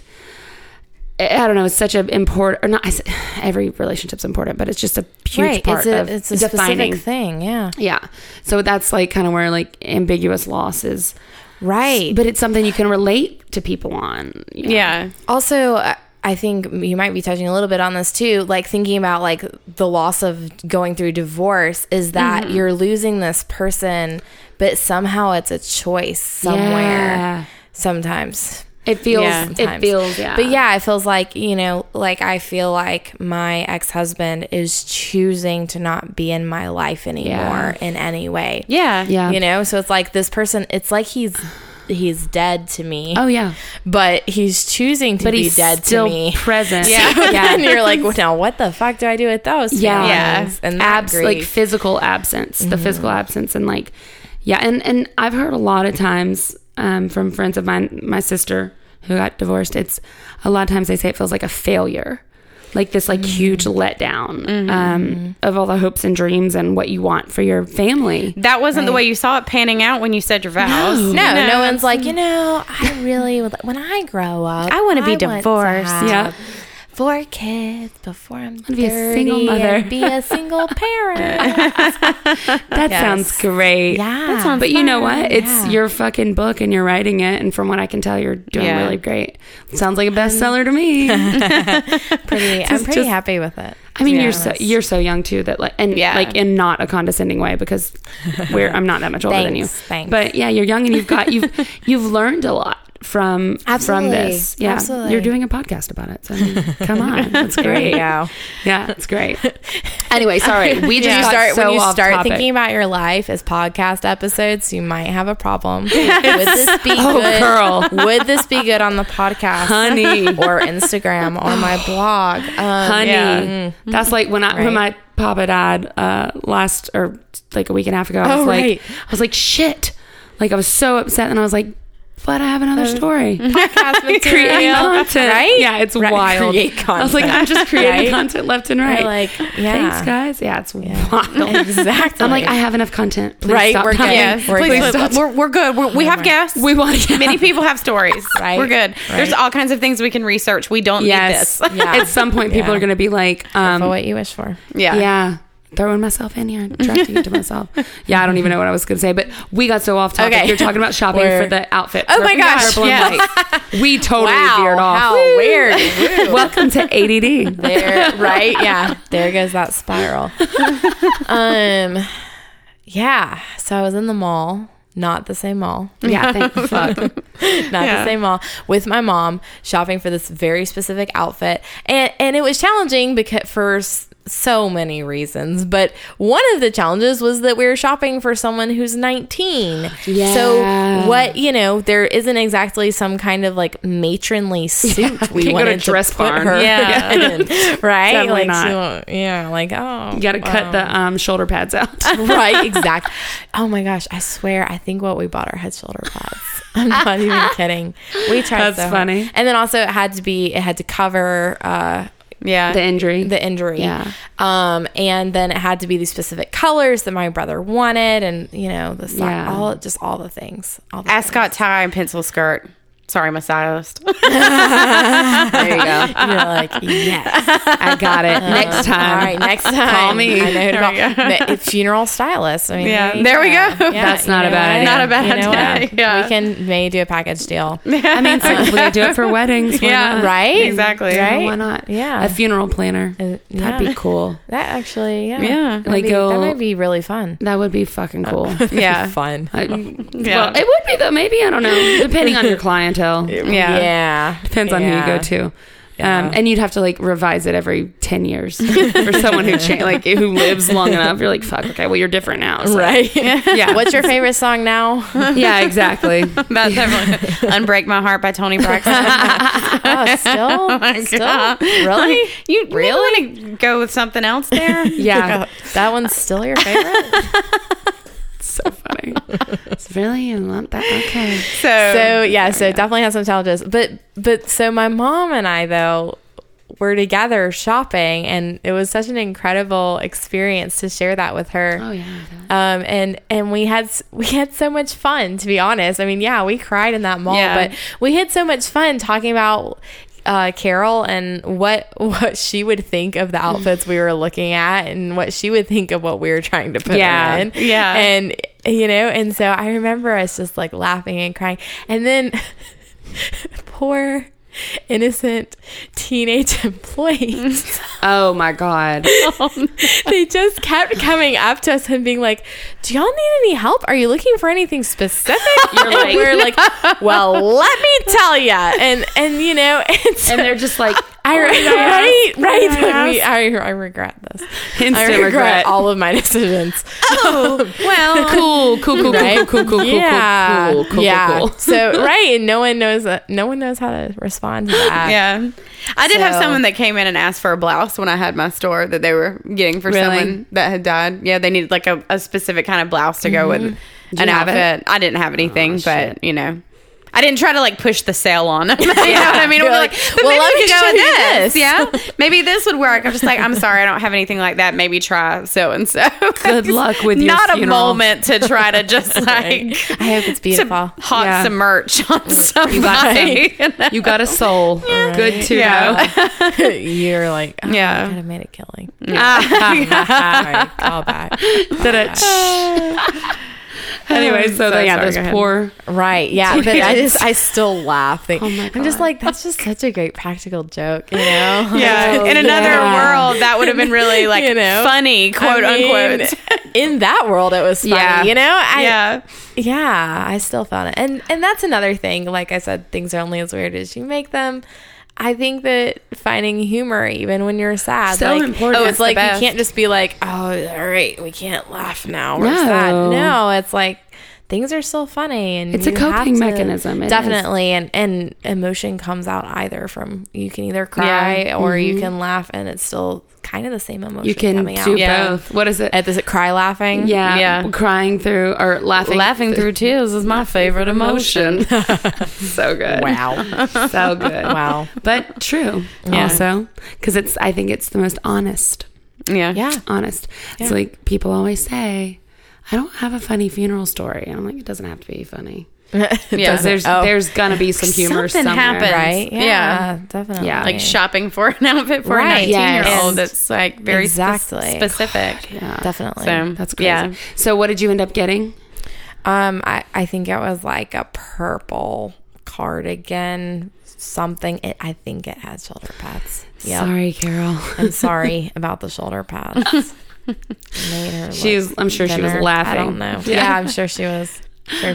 S1: I don't know. It's such an important, or not. I said, every relationship's important, but it's just a huge
S3: right
S1: part
S3: it's a,
S1: of
S3: it's a
S1: defining.
S3: specific thing yeah
S1: Yeah. So that's like kind of where like ambiguous loss is,
S3: right
S1: but it's something you can relate to people on. you know?
S2: yeah.
S3: Also, I- I think you might be touching a little bit on this too. Like thinking about like the loss of going through divorce is that you're losing this person, but somehow it's a choice somewhere.
S1: Yeah.
S3: Sometimes
S1: It feels.
S2: Yeah.
S1: It
S3: sometimes.
S1: feels. Yeah.
S3: But yeah, it feels like, you know, like I feel like my ex husband is choosing to not be in my life anymore in any way.
S2: Yeah.
S1: Yeah.
S3: You know, so it's like this person, it's like he's he's dead to me.
S1: Oh yeah.
S3: But he's choosing to
S1: But
S3: be
S1: he's
S3: dead
S1: still
S3: to me.
S1: present.
S3: Yeah.
S1: yeah.
S3: and you're like, well, now what the fuck do I do with those?
S1: Yeah.
S3: feelings And that
S1: Abs- like
S3: grief? Mm-hmm.
S1: physical absence, the physical absence, and like, yeah, and and I've heard a lot of times um, from friends of mine, my sister who got divorced. It's a lot of times they say it feels like a failure, like this
S3: Mm-hmm.
S1: like huge letdown um, of all the hopes and dreams and what you want for your family.
S2: That wasn't the way you saw it panning out when you said your vows.
S3: No, no, one's like, you know, I really would like, when I grow up,
S2: I wanna be
S3: want
S2: divorced."
S3: have
S1: Yeah.
S3: Four kids before I'm
S1: wanna be
S3: thirty,
S1: a single mother.
S3: and be a single parent.
S1: That sounds great.
S3: yeah,
S1: But you know what? It's your fucking book and you're writing it. And from what I can tell, you're doing
S2: Yeah.
S1: really great. Sounds like a bestseller to me.
S3: pretty. I'm pretty
S1: just-
S3: happy with it.
S1: I mean, you're so you're so young too that like and
S2: Yeah.
S1: like in not a condescending way because we're I'm not that much older than you.
S3: Thanks, thanks.
S1: But yeah, you're young and you've got you've you've learned a lot from
S3: Absolutely,
S1: from this. Yeah,
S3: absolutely.
S1: you're doing a podcast about it. So I mean, come on, that's great.
S3: go.
S1: Yeah, it's great. Anyway, sorry, we just
S3: When you
S1: got
S3: start
S1: so
S3: when you
S1: off
S3: start
S1: topic.
S3: thinking about your life as podcast episodes, you might have a problem. would this be good?
S1: Oh, girl.
S3: Would this be good on the podcast,
S1: Honey. Oh.
S3: or Instagram or my blog? Um,
S1: honey.
S2: Yeah.
S1: Mm-hmm. That's like when I when my papa died uh, last or like a week and a half ago. I was
S3: Oh,
S1: like,
S3: right.
S1: I was like, shit. Like I was so upset, and I was like, but I have another story.
S3: podcast material,
S1: Create content,
S3: Uh, right?
S1: Yeah, it's wild.
S3: Create
S1: I was like, I'm just creating
S3: Right?
S1: content left and right.
S3: We're like, yeah.
S1: Thanks, guys. Yeah, it's wild.
S3: Exactly.
S1: I'm like, I have enough content. Please
S3: Right,
S1: stop
S3: we're good.
S1: coming.
S3: Yeah,
S2: Yes.
S3: we're
S2: Please,
S3: good.
S1: stop.
S2: look, we're, we're good. We're, we have guests.
S1: We want to.
S2: Many people have stories.
S3: Right.
S2: We're good. There's all kinds of things we can research. We don't
S1: Yes.
S2: need this.
S3: Yeah.
S1: At some point, people
S3: Yeah.
S1: are going to be like,
S3: for
S1: um,
S3: what you wish for.
S2: Yeah.
S1: yeah throwing myself in here and attracting it to myself yeah i don't even know what i was gonna say but we got so off topic
S3: Okay.
S1: you're talking about shopping
S3: We're-
S1: for the outfit
S3: Oh my gosh,
S1: purple and white. we totally veered off
S3: how
S1: Woo.
S3: weird. Woo.
S1: welcome to add
S3: there, right? Yeah, there goes that spiral. um, yeah. So I was in the mall, not the same mall,
S1: yeah thank fuck
S3: not the same mall, with my mom shopping for this very specific outfit, and and it was challenging because for s- so many reasons. But one of the challenges was that we were shopping for someone who's nineteen.
S1: Yeah.
S3: So what you know, there isn't exactly some kind of of like matronly suit
S1: can't go
S3: we
S1: to
S3: wanted
S1: dress
S3: to put
S1: barn.
S3: her
S2: Yeah.
S3: in, right?
S1: Definitely
S3: like
S1: not.
S3: she won't- yeah, like oh,
S1: you gotta cut the um, shoulder pads out
S3: right, exact. Oh my gosh, I swear, I think what we bought our head shoulder pads. I'm not even kidding. We tried.
S1: That's
S3: so hard.
S1: funny.
S3: And then also, it had to be, it had to cover uh,
S2: Yeah.
S1: the injury
S3: the injury.
S1: Yeah.
S3: Um, and then it had to be these specific colors that my brother wanted, and you know, the sock,
S1: Yeah.
S3: all just all the things. All the
S2: Ascot tie and pencil skirt. Sorry, my stylist.
S1: there you go
S3: You're like, yes.
S1: i got it next time
S3: Uh-huh. All right, next time.
S1: Call me.
S3: I know who to
S2: There we
S3: call. The- it's funeral stylist. I mean,
S2: Yeah.
S3: you
S2: There we go.
S1: That's not
S3: you
S1: a
S3: know
S1: bad
S3: what?
S1: idea. Not
S2: a bad
S3: You know
S2: idea.
S3: what?
S2: Yeah.
S3: We can maybe do a package deal.
S1: i mean so we do it for weddings why
S2: Yeah.
S1: not?
S3: Right?
S2: Exactly.
S1: Yeah,
S3: Right?
S1: why not
S3: Yeah.
S1: a funeral planner
S3: Uh,
S1: that'd
S3: yeah.
S1: be cool
S3: That actually, yeah.
S2: Yeah.
S3: That'd
S1: Like
S3: be-
S1: go-
S3: that might be really fun.
S1: that would be fucking cool
S2: Yeah.
S3: Fun.
S1: I,
S2: Yeah.
S1: Well, it would be though. Maybe I don't know. Depending on your clientele, Um,
S2: Yeah.
S3: Yeah.
S1: depends on
S3: Yeah.
S1: who you go to.
S3: Yeah.
S1: Um, and you'd have to like revise it every ten years for someone who cha- like who lives long enough. You're like, fuck, okay, well you're different now, so-
S3: Right.
S1: Yeah,
S3: What's your favorite song now? oh,
S1: yeah, exactly.
S2: That's definitely Unbreak My Heart by Tony Braxton.
S3: Oh,
S2: Oh
S3: still, still, really?
S2: You really want to go with something else there?
S1: Yeah,
S3: That one's still your favorite.
S1: it's so funny. It's really you want that? Okay,
S2: So,
S3: so yeah, so definitely has some challenges. But but so my mom and I though were together shopping, and it was such an incredible experience to share that with her.
S1: oh yeah.
S3: um, and and we had s- we had so much fun to be honest. I mean, yeah, we cried in that mall,
S2: Yeah.
S3: but we had so much fun talking about uh, Carol and what what she would think of the outfits we were looking at, and what she would think of what we were trying to put
S1: Yeah.
S3: her in,
S2: Yeah.
S3: and you know, and so I remember us just like laughing and crying, and then poor innocent teenage employees.
S1: Oh my God.
S3: they just kept coming up to us and being like, "Do y'all need any help? Are you looking for anything specific?"
S1: You're
S3: And
S1: like-
S3: we're like, "Well, let me tell you." And and you know, and, so,
S1: And they're just like,
S3: I
S1: oh,
S3: right
S1: my God.
S3: right, right
S1: Did I
S3: like, we- I, I regret this.
S1: Instant
S3: I regret,
S1: regret. Oh.
S3: all of my decisions.
S1: well, cool, cool, cool, cool, cool, cool, cool,
S3: yeah,
S1: cool, cool, cool,
S3: yeah.
S1: cool.
S3: So right, and no one knows. Uh, no one knows how to respond to that.
S2: yeah. I did have
S3: So-
S2: someone that came in and asked for a blouse when I had my store that they were getting for
S1: Really?
S2: someone that had died. Yeah, they needed like a, a specific kind of blouse to go with an
S1: have it?
S2: outfit. I didn't have anything, but you know. I didn't try to like push the sale on them. you know what I mean? We're like,
S3: like,
S2: "But
S3: well,
S2: maybe
S3: I
S2: we
S3: could
S2: could go
S3: show you
S2: with this.
S3: this.
S2: Yeah. Maybe this would work. I'm just like, I'm sorry, I don't have anything like that. Maybe try so and so.
S1: Good luck with your
S2: Not
S1: funeral.
S2: a moment to try to just like
S3: I hope it's beautiful.
S2: to hot
S1: Yeah.
S2: some merch on somebody.
S1: got
S2: you know?
S1: You got a soul. Good to know.
S2: Yeah.
S3: You're like, oh,
S2: Yeah.
S3: I could have made a killing.
S1: Ah.
S3: call back.
S1: anyway, Um, so,
S2: So
S1: yeah,
S2: sorry,
S1: those
S2: go ahead.
S1: poor.
S3: Right. Yeah. But I just, I still laugh.
S2: Oh
S3: Like,
S1: my
S3: I'm just
S1: God.
S3: like, that's just such a great practical joke, you know?
S2: Oh, Yeah, in another
S3: Yeah.
S2: world, that would have been really like
S3: You know?
S2: funny, quote
S3: I mean,
S2: unquote.
S3: In that world, it was funny,
S2: Yeah.
S3: you know? I,
S2: yeah,
S3: yeah, I still found it. And and that's another thing. Like I said, things are only as weird as you make them. I think that finding humor, even when you're sad,
S1: So
S3: like, oh,
S1: important. It's
S3: It's
S1: the
S3: like
S1: best.
S3: you can't just be like, "Oh, all right, we can't laugh now. We're
S1: No.
S3: sad." No, it's like things are still funny, and
S1: It's a
S3: you have
S1: coping
S3: to-
S1: mechanism. It is.
S3: definitely, and and emotion comes out either from you can either cry or you can laugh, and it's still kind of the same emotion.
S1: Mm-hmm. You can
S3: Oh, coming
S1: do
S3: out.
S2: Yeah.
S1: both. What is it?
S3: At this cry laughing,
S1: yeah,
S2: Yeah.
S1: crying through or laughing,
S2: tears is my favorite
S1: emotion. so good.
S3: Wow.
S1: So good.
S3: Wow.
S1: But true
S2: Yeah.
S1: also because it's. I think it's the most honest.
S2: Yeah,
S3: Yeah.
S1: honest. It's like people always say, I don't have a funny funeral story. And I'm like, it doesn't have to be funny.
S2: Yeah.
S1: 'Cause there's
S3: Oh.
S1: there's gonna be some humor
S2: Something
S1: somewhere.
S2: happens.
S3: Right?
S2: Yeah.
S3: Definitely.
S1: Yeah.
S2: Like shopping for an outfit for
S3: Right.
S2: a 19 year
S1: Yes.
S2: old. That's like very spe-
S3: Exactly.
S2: specific.
S1: Yeah.
S3: Definitely.
S2: So
S1: That's crazy.
S2: Yeah.
S1: So what did you end up getting?
S3: Um, I, I think it was like a purple cardigan, something. It, I think it had shoulder pads. Yeah.
S1: Sorry, Carol.
S3: I'm sorry about the shoulder pads. Made her
S1: She
S3: look
S1: was- I'm sure she was
S3: thinner.
S1: laughing.
S3: I don't know.
S1: Yeah.
S3: Yeah, I'm sure she was. Sure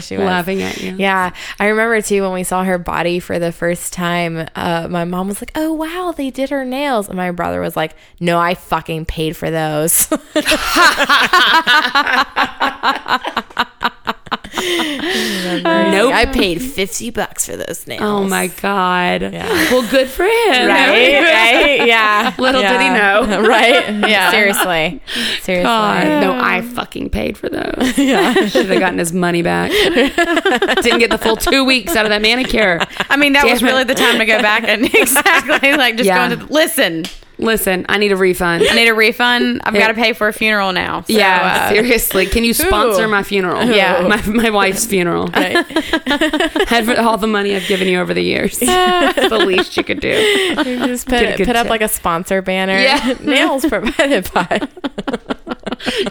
S3: she was.
S1: Laughing at you.
S3: Yeah, I remember too when we saw her body for the first time. Uh, my mom was like, "Oh wow, they did her nails," and my brother was like, "No, I fucking paid for those."
S1: Nope.
S3: I paid fifty bucks for those nails.
S1: Oh my god. Well, good for him.
S3: Right, right, yeah.
S1: Little did he
S3: Yeah.
S1: know.
S3: right? Yeah, seriously, seriously.
S1: God, no, I fucking paid for those. Yeah, should have gotten his money back. Didn't get the full two weeks out of that manicure.
S2: I mean, that
S1: Damn
S2: was really
S1: it.
S2: the time to go back and exactly like just
S1: Yeah.
S2: going to listen.
S1: Listen, I need a refund.
S2: I need a refund. I've got to pay for a funeral now. So,
S1: Yeah,
S2: uh,
S1: seriously. Can you sponsor my funeral?
S2: Yeah.
S1: my, my wife's funeral. Had for all the money I've given you over the years. the least you could do.
S3: Just put,
S1: Get a good
S3: put up
S1: tip.
S3: like a sponsor banner.
S1: Yeah.
S3: nails provided by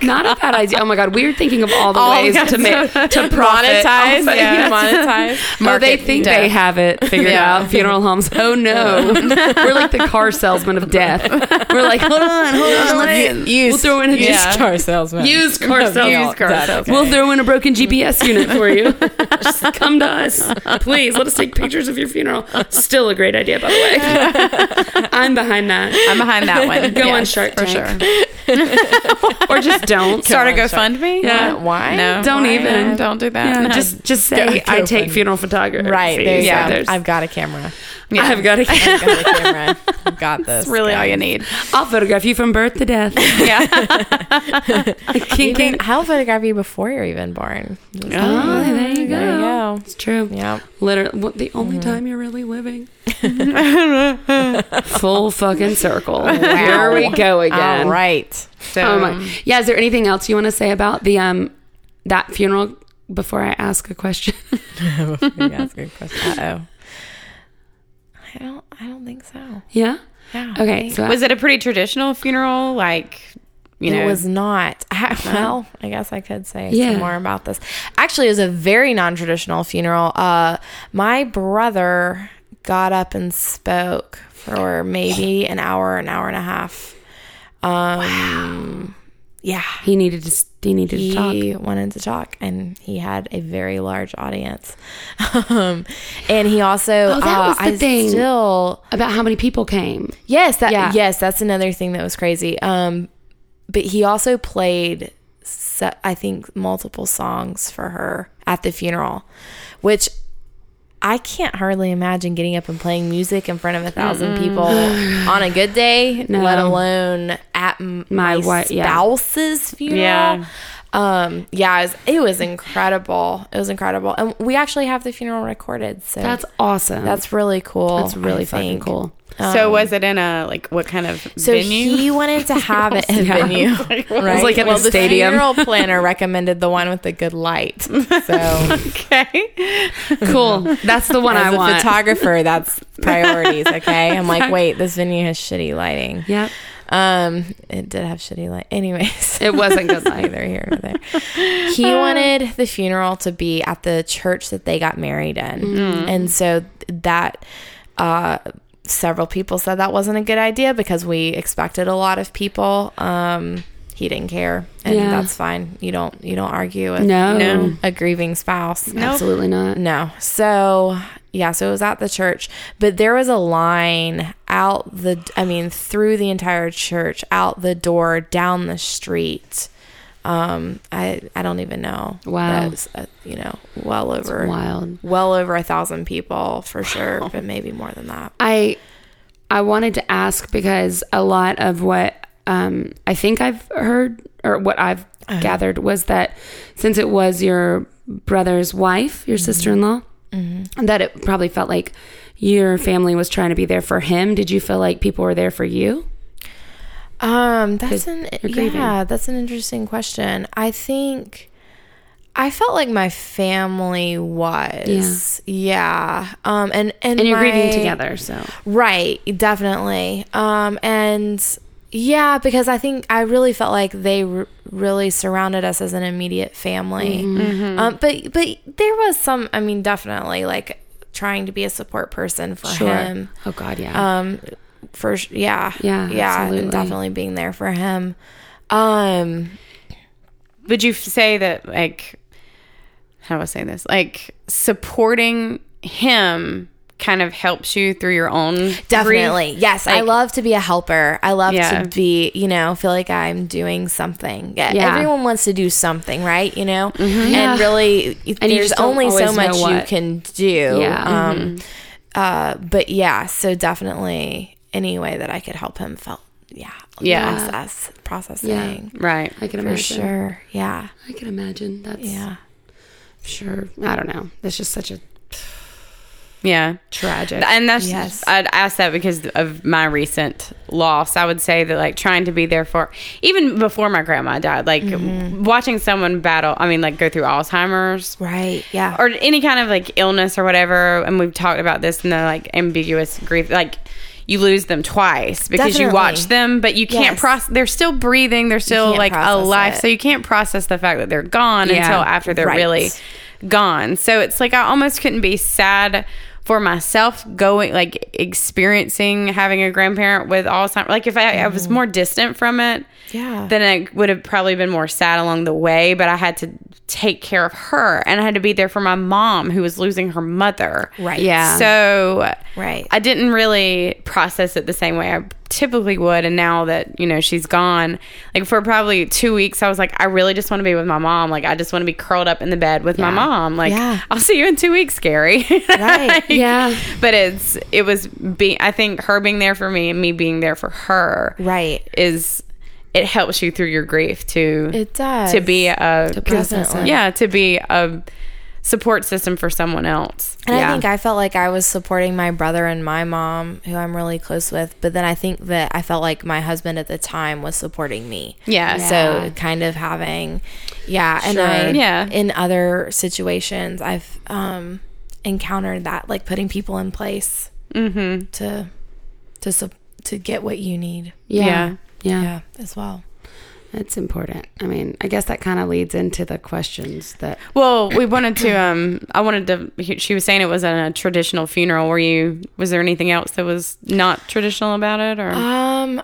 S1: Not a bad idea. Oh my god, we're thinking of all the
S3: All
S1: ways
S3: kinds
S1: to make
S3: of-
S1: to profit. off
S3: monetize.
S1: of-
S3: Yeah,
S1: Yes.
S3: monetize.
S1: Oh, they
S2: Market
S1: think
S2: death.
S1: they have it figured
S2: Yeah.
S1: out. Funeral homes. Oh no, we're like the car salesman of death. We're like, hold on, hold on, let's- we'll throw in a
S2: yeah.
S1: used car,
S3: salesman.
S1: used car salesman.
S2: car
S3: That's
S2: salesman.
S1: We'll throw in a broken GPS unit for you. Just come to us. Please let us take pictures of your funeral. Still a great idea, by the way. I'm behind that.
S2: I'm behind that one.
S1: Go on Shark
S2: for
S1: Tank.
S2: sure.
S1: Or just don't.
S2: Start a
S3: on Shark-
S2: GoFundMe.
S1: Yeah.
S3: Why?
S2: No,
S1: Don't
S2: Why?
S1: even.
S2: Don't do that.
S1: Yeah,
S2: No.
S1: Just just say
S3: Go
S1: I
S3: GoFundMe.
S1: take funeral photography.
S3: Right. There you
S1: So
S2: Yeah.
S3: go.
S1: there's-
S3: I've got a camera.
S1: I've got to.
S3: I've got a camera. I've got this.
S2: really all you need.
S1: I'll photograph you from birth to death.
S2: Yeah.
S1: King King.
S3: Even, I'll photograph you before you're even born. Just-
S1: Oh, there you go.
S3: There you go.
S1: It's true.
S3: Yep.
S1: Literally, what- the only time you're really living. Full fucking circle. Here we go again.
S3: All right.
S1: Oh
S2: Um,
S1: my. Yeah. Is there anything else you want to say about the um that funeral before I ask a question?
S3: Yeah, that's a good question. Uh oh. I don't. I don't think so.
S1: yeah.
S3: Yeah.
S1: Okay. So
S2: Was it a pretty traditional funeral? Like, you know,
S3: It was not. I, well, I guess I could say
S1: Uh-huh. Yeah.
S3: some more about this. Actually, it was a very non-traditional funeral. Uh, my brother got up and spoke for maybe an hour, an hour and a half. Um, Yeah.
S1: He needed to. s- He needed to talk.
S3: He wanted to talk, and he had a very large audience. um, and he also,
S1: Oh, that
S3: uh,
S1: was the
S3: I
S1: thing.
S3: still,
S1: about how many people came.
S3: Yes, that
S1: Yeah.
S3: yes, that's another thing that was crazy. Um, but he also played, se- I think, multiple songs for her at the funeral, which I can't hardly imagine getting up and playing music in front of a 1000 people on a good day,
S1: No.
S3: let alone at m- my,
S1: My wi- yeah.
S3: spouse's funeral.
S2: Yeah.
S3: Um, yeah, it was, it was incredible. It was incredible, and we actually have the funeral recorded. So
S1: That's awesome.
S3: that's really cool.
S1: that's really
S3: I
S1: fucking
S3: think.
S1: cool.
S2: so was it in a like what kind of
S3: So
S2: venue?
S3: he wanted to have it in a venue, right?
S1: like at
S3: well,
S1: the stadium.
S3: funeral planner recommended the one with the good light. So, as
S2: okay.
S1: Cool. That's the one I
S3: a
S1: want.
S3: photographer, that's priorities. Okay, I'm like, wait, this venue has shitty lighting.
S1: Yep.
S3: Um, it did have shitty light, anyways.
S1: It wasn't good light.
S3: Neither here nor there. He wanted the funeral to be at the church that they got married in, and so that uh, several people said that wasn't a good idea because we expected a lot of people. Um, he didn't care, and
S1: Yeah.
S3: that's fine. You don't you don't argue with
S1: No.
S2: No.
S3: a grieving spouse.
S1: Absolutely not.
S3: No. So, yeah, so it was at the church, but there was a line out the, I mean, through the entire church, out the door, down the street. Um, I, I don't even know.
S1: Wow.
S3: That was, uh, you know, well over,
S1: Wild.
S3: well over a thousand people for sure, but maybe more than that.
S1: I I wanted to ask because a lot of what um, I think I've heard or what I've
S3: Uh-huh.
S1: gathered was that since it was your brother's wife,
S3: Mm-hmm.
S1: your sister-in-law, that it probably felt like your family was trying to be there for him. Did you feel like people were there for you?
S3: Um, that's an
S1: you're grieving.
S3: yeah, that's an interesting question. I think I felt like my family was yeah, um, and and,
S1: And you're grieving
S3: my-
S1: together, so
S3: right? Definitely, um, and yeah, because I think I really felt like they r- really surrounded us as an immediate family.
S1: Mm-hmm.
S3: Um, but but there was some, I mean, definitely like trying to be a support person for him
S1: Oh God, yeah.
S3: um for sh- yeah
S1: Yeah,
S3: yeah
S1: absolutely.
S3: and definitely being there for him um
S2: Would you f- say that like how do I say this? Like supporting him kind of helps you through your own
S3: definitely
S2: grief?
S3: yes i
S2: Like-
S3: love to be a helper i love
S2: Yeah.
S3: to be you know feel like i'm doing something yeah,
S1: Yeah.
S3: everyone wants to do something right you know
S1: Yeah.
S3: and really
S1: And you
S3: there's
S1: just don't
S3: only so
S1: always know
S3: much you
S1: what-
S3: can do
S1: Yeah. mm-hmm.
S3: um uh but yeah so definitely any way that i could help him felt yeah
S2: Yeah.
S3: process processing
S2: Right.
S1: I can
S3: for
S1: imagine.
S3: sure yeah
S1: I can imagine. That's
S3: yeah
S1: sure. I don't know. That's just such a
S2: Yeah.
S1: tragic.
S2: And that's
S3: Yes.
S2: I'd ask that because of my recent loss. I would say that like trying to be there for even before my grandma died, like
S3: Mm-hmm.
S2: watching someone battle. I mean, like go through Alzheimer's
S3: right yeah
S2: or any kind of like illness or whatever. And we've talked about this in the like ambiguous grief, like. You lose them twice because you
S3: Definitely.
S2: watch them, but you can't
S3: Yes.
S2: process. They're still breathing. They're still
S3: can't
S2: like
S3: process
S2: alive.
S3: it.
S2: So you can't process the fact that they're gone
S1: Yeah.
S2: until after they're
S3: Right.
S2: really gone. So it's like I almost couldn't be sad for myself going like experiencing having a grandparent with Alzheimer's. Like if I, I was more distant from it,
S3: Mm. Yeah.
S2: then I would have probably been more sad along the way. But I had to take care of her, and I had to be there for my mom who was losing her mother.
S3: Right.
S1: Yeah.
S2: So
S3: Right.
S2: I didn't really process it the same way I typically would. And now that, you know, she's gone, like for probably two weeks, I was like, I really just want to be with my mom. Like, I just want to be curled up in the bed with my mom. Like,
S3: Yeah.
S2: I'll see you in two weeks, Gary.
S3: Right.
S1: Yeah.
S2: But it's, it was being, I think her being there for me and me being there for her
S3: Right.
S2: is, it helps you through your grief to,
S3: It does.
S2: to be a,
S3: process it.
S2: yeah, to be a support system for someone else.
S3: And
S2: yeah.
S3: I think I felt like I was supporting my brother and my mom, who I'm really close with. But then I think that I felt like my husband at the time was supporting me.
S2: Yeah.
S3: So kind of having, yeah. And I,
S2: Yeah.
S3: in other situations, I've um, encountered that, like putting people in place
S2: Mm-hmm.
S3: to, to, sup- to get what you need.
S1: yeah.
S2: Yeah.
S1: Yeah.
S3: Yeah. As well.
S1: It's important. I mean, I guess that kind of leads into the questions that
S2: Well, we wanted to. Um, I wanted to. She was saying it was a traditional funeral. Were you? Was there anything else that was not traditional about it? Or
S3: Um,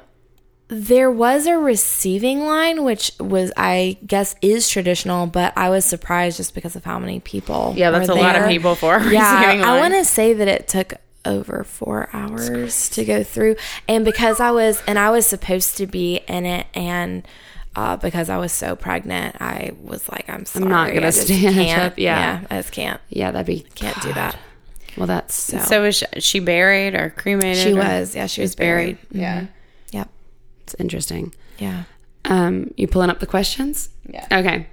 S3: there was a receiving line, which was, I guess, is traditional, but I was surprised just because of how many people.
S2: Yeah, that's
S3: were
S2: a lot of
S3: there.
S2: people for a receiving
S3: Yeah, I
S2: line.
S3: want to say that it took over four hours to go through, and because I was, and I was supposed to be in it, and. Uh, because I was so pregnant, I was like, "I'm sorry,
S1: not gonna
S3: I just
S1: stand
S3: can't.
S1: up, yeah.
S3: I just can't,
S1: yeah, that'd be
S3: can't do that."
S1: Well, that's so
S2: so was she, she buried or cremated?
S3: She
S2: or-
S3: was, yeah, she was buried.
S2: buried. Yeah.
S3: Yep,
S1: it's interesting.
S3: yeah.
S1: Um, you pulling up the questions?
S2: Yeah.
S1: Okay.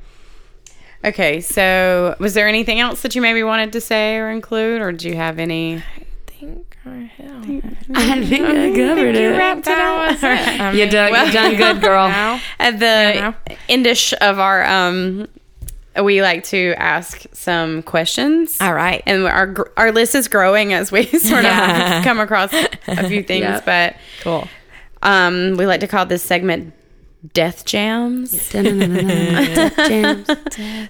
S2: Okay. So was there anything else that you maybe wanted to say or include, or do you have any?
S3: Think I don't
S1: I think I covered it. You done, you done good, girl.
S2: At the endish of our, um, we like to ask some questions.
S3: All right.
S2: and our gr- our list is growing as we sort of come across a few things.
S1: Yep.
S2: But cool. Um, we like to call this segment "Death Jams."
S1: James.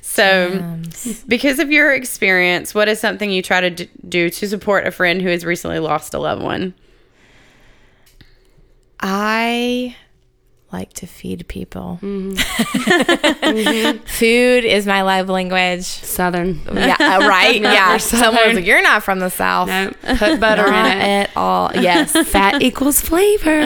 S2: So,
S3: Mm.
S2: because of your experience, what is something you try to d- do to support a friend who has recently lost a loved one?
S3: I like to feed people. Food is my love language.
S1: Southern.
S3: Yeah, uh, right? yeah. Someone's
S1: Southern.
S3: like, you're not from the South.
S1: No, put butter
S3: Not
S1: in it.
S3: at all. Yes.
S1: Fat equals flavor.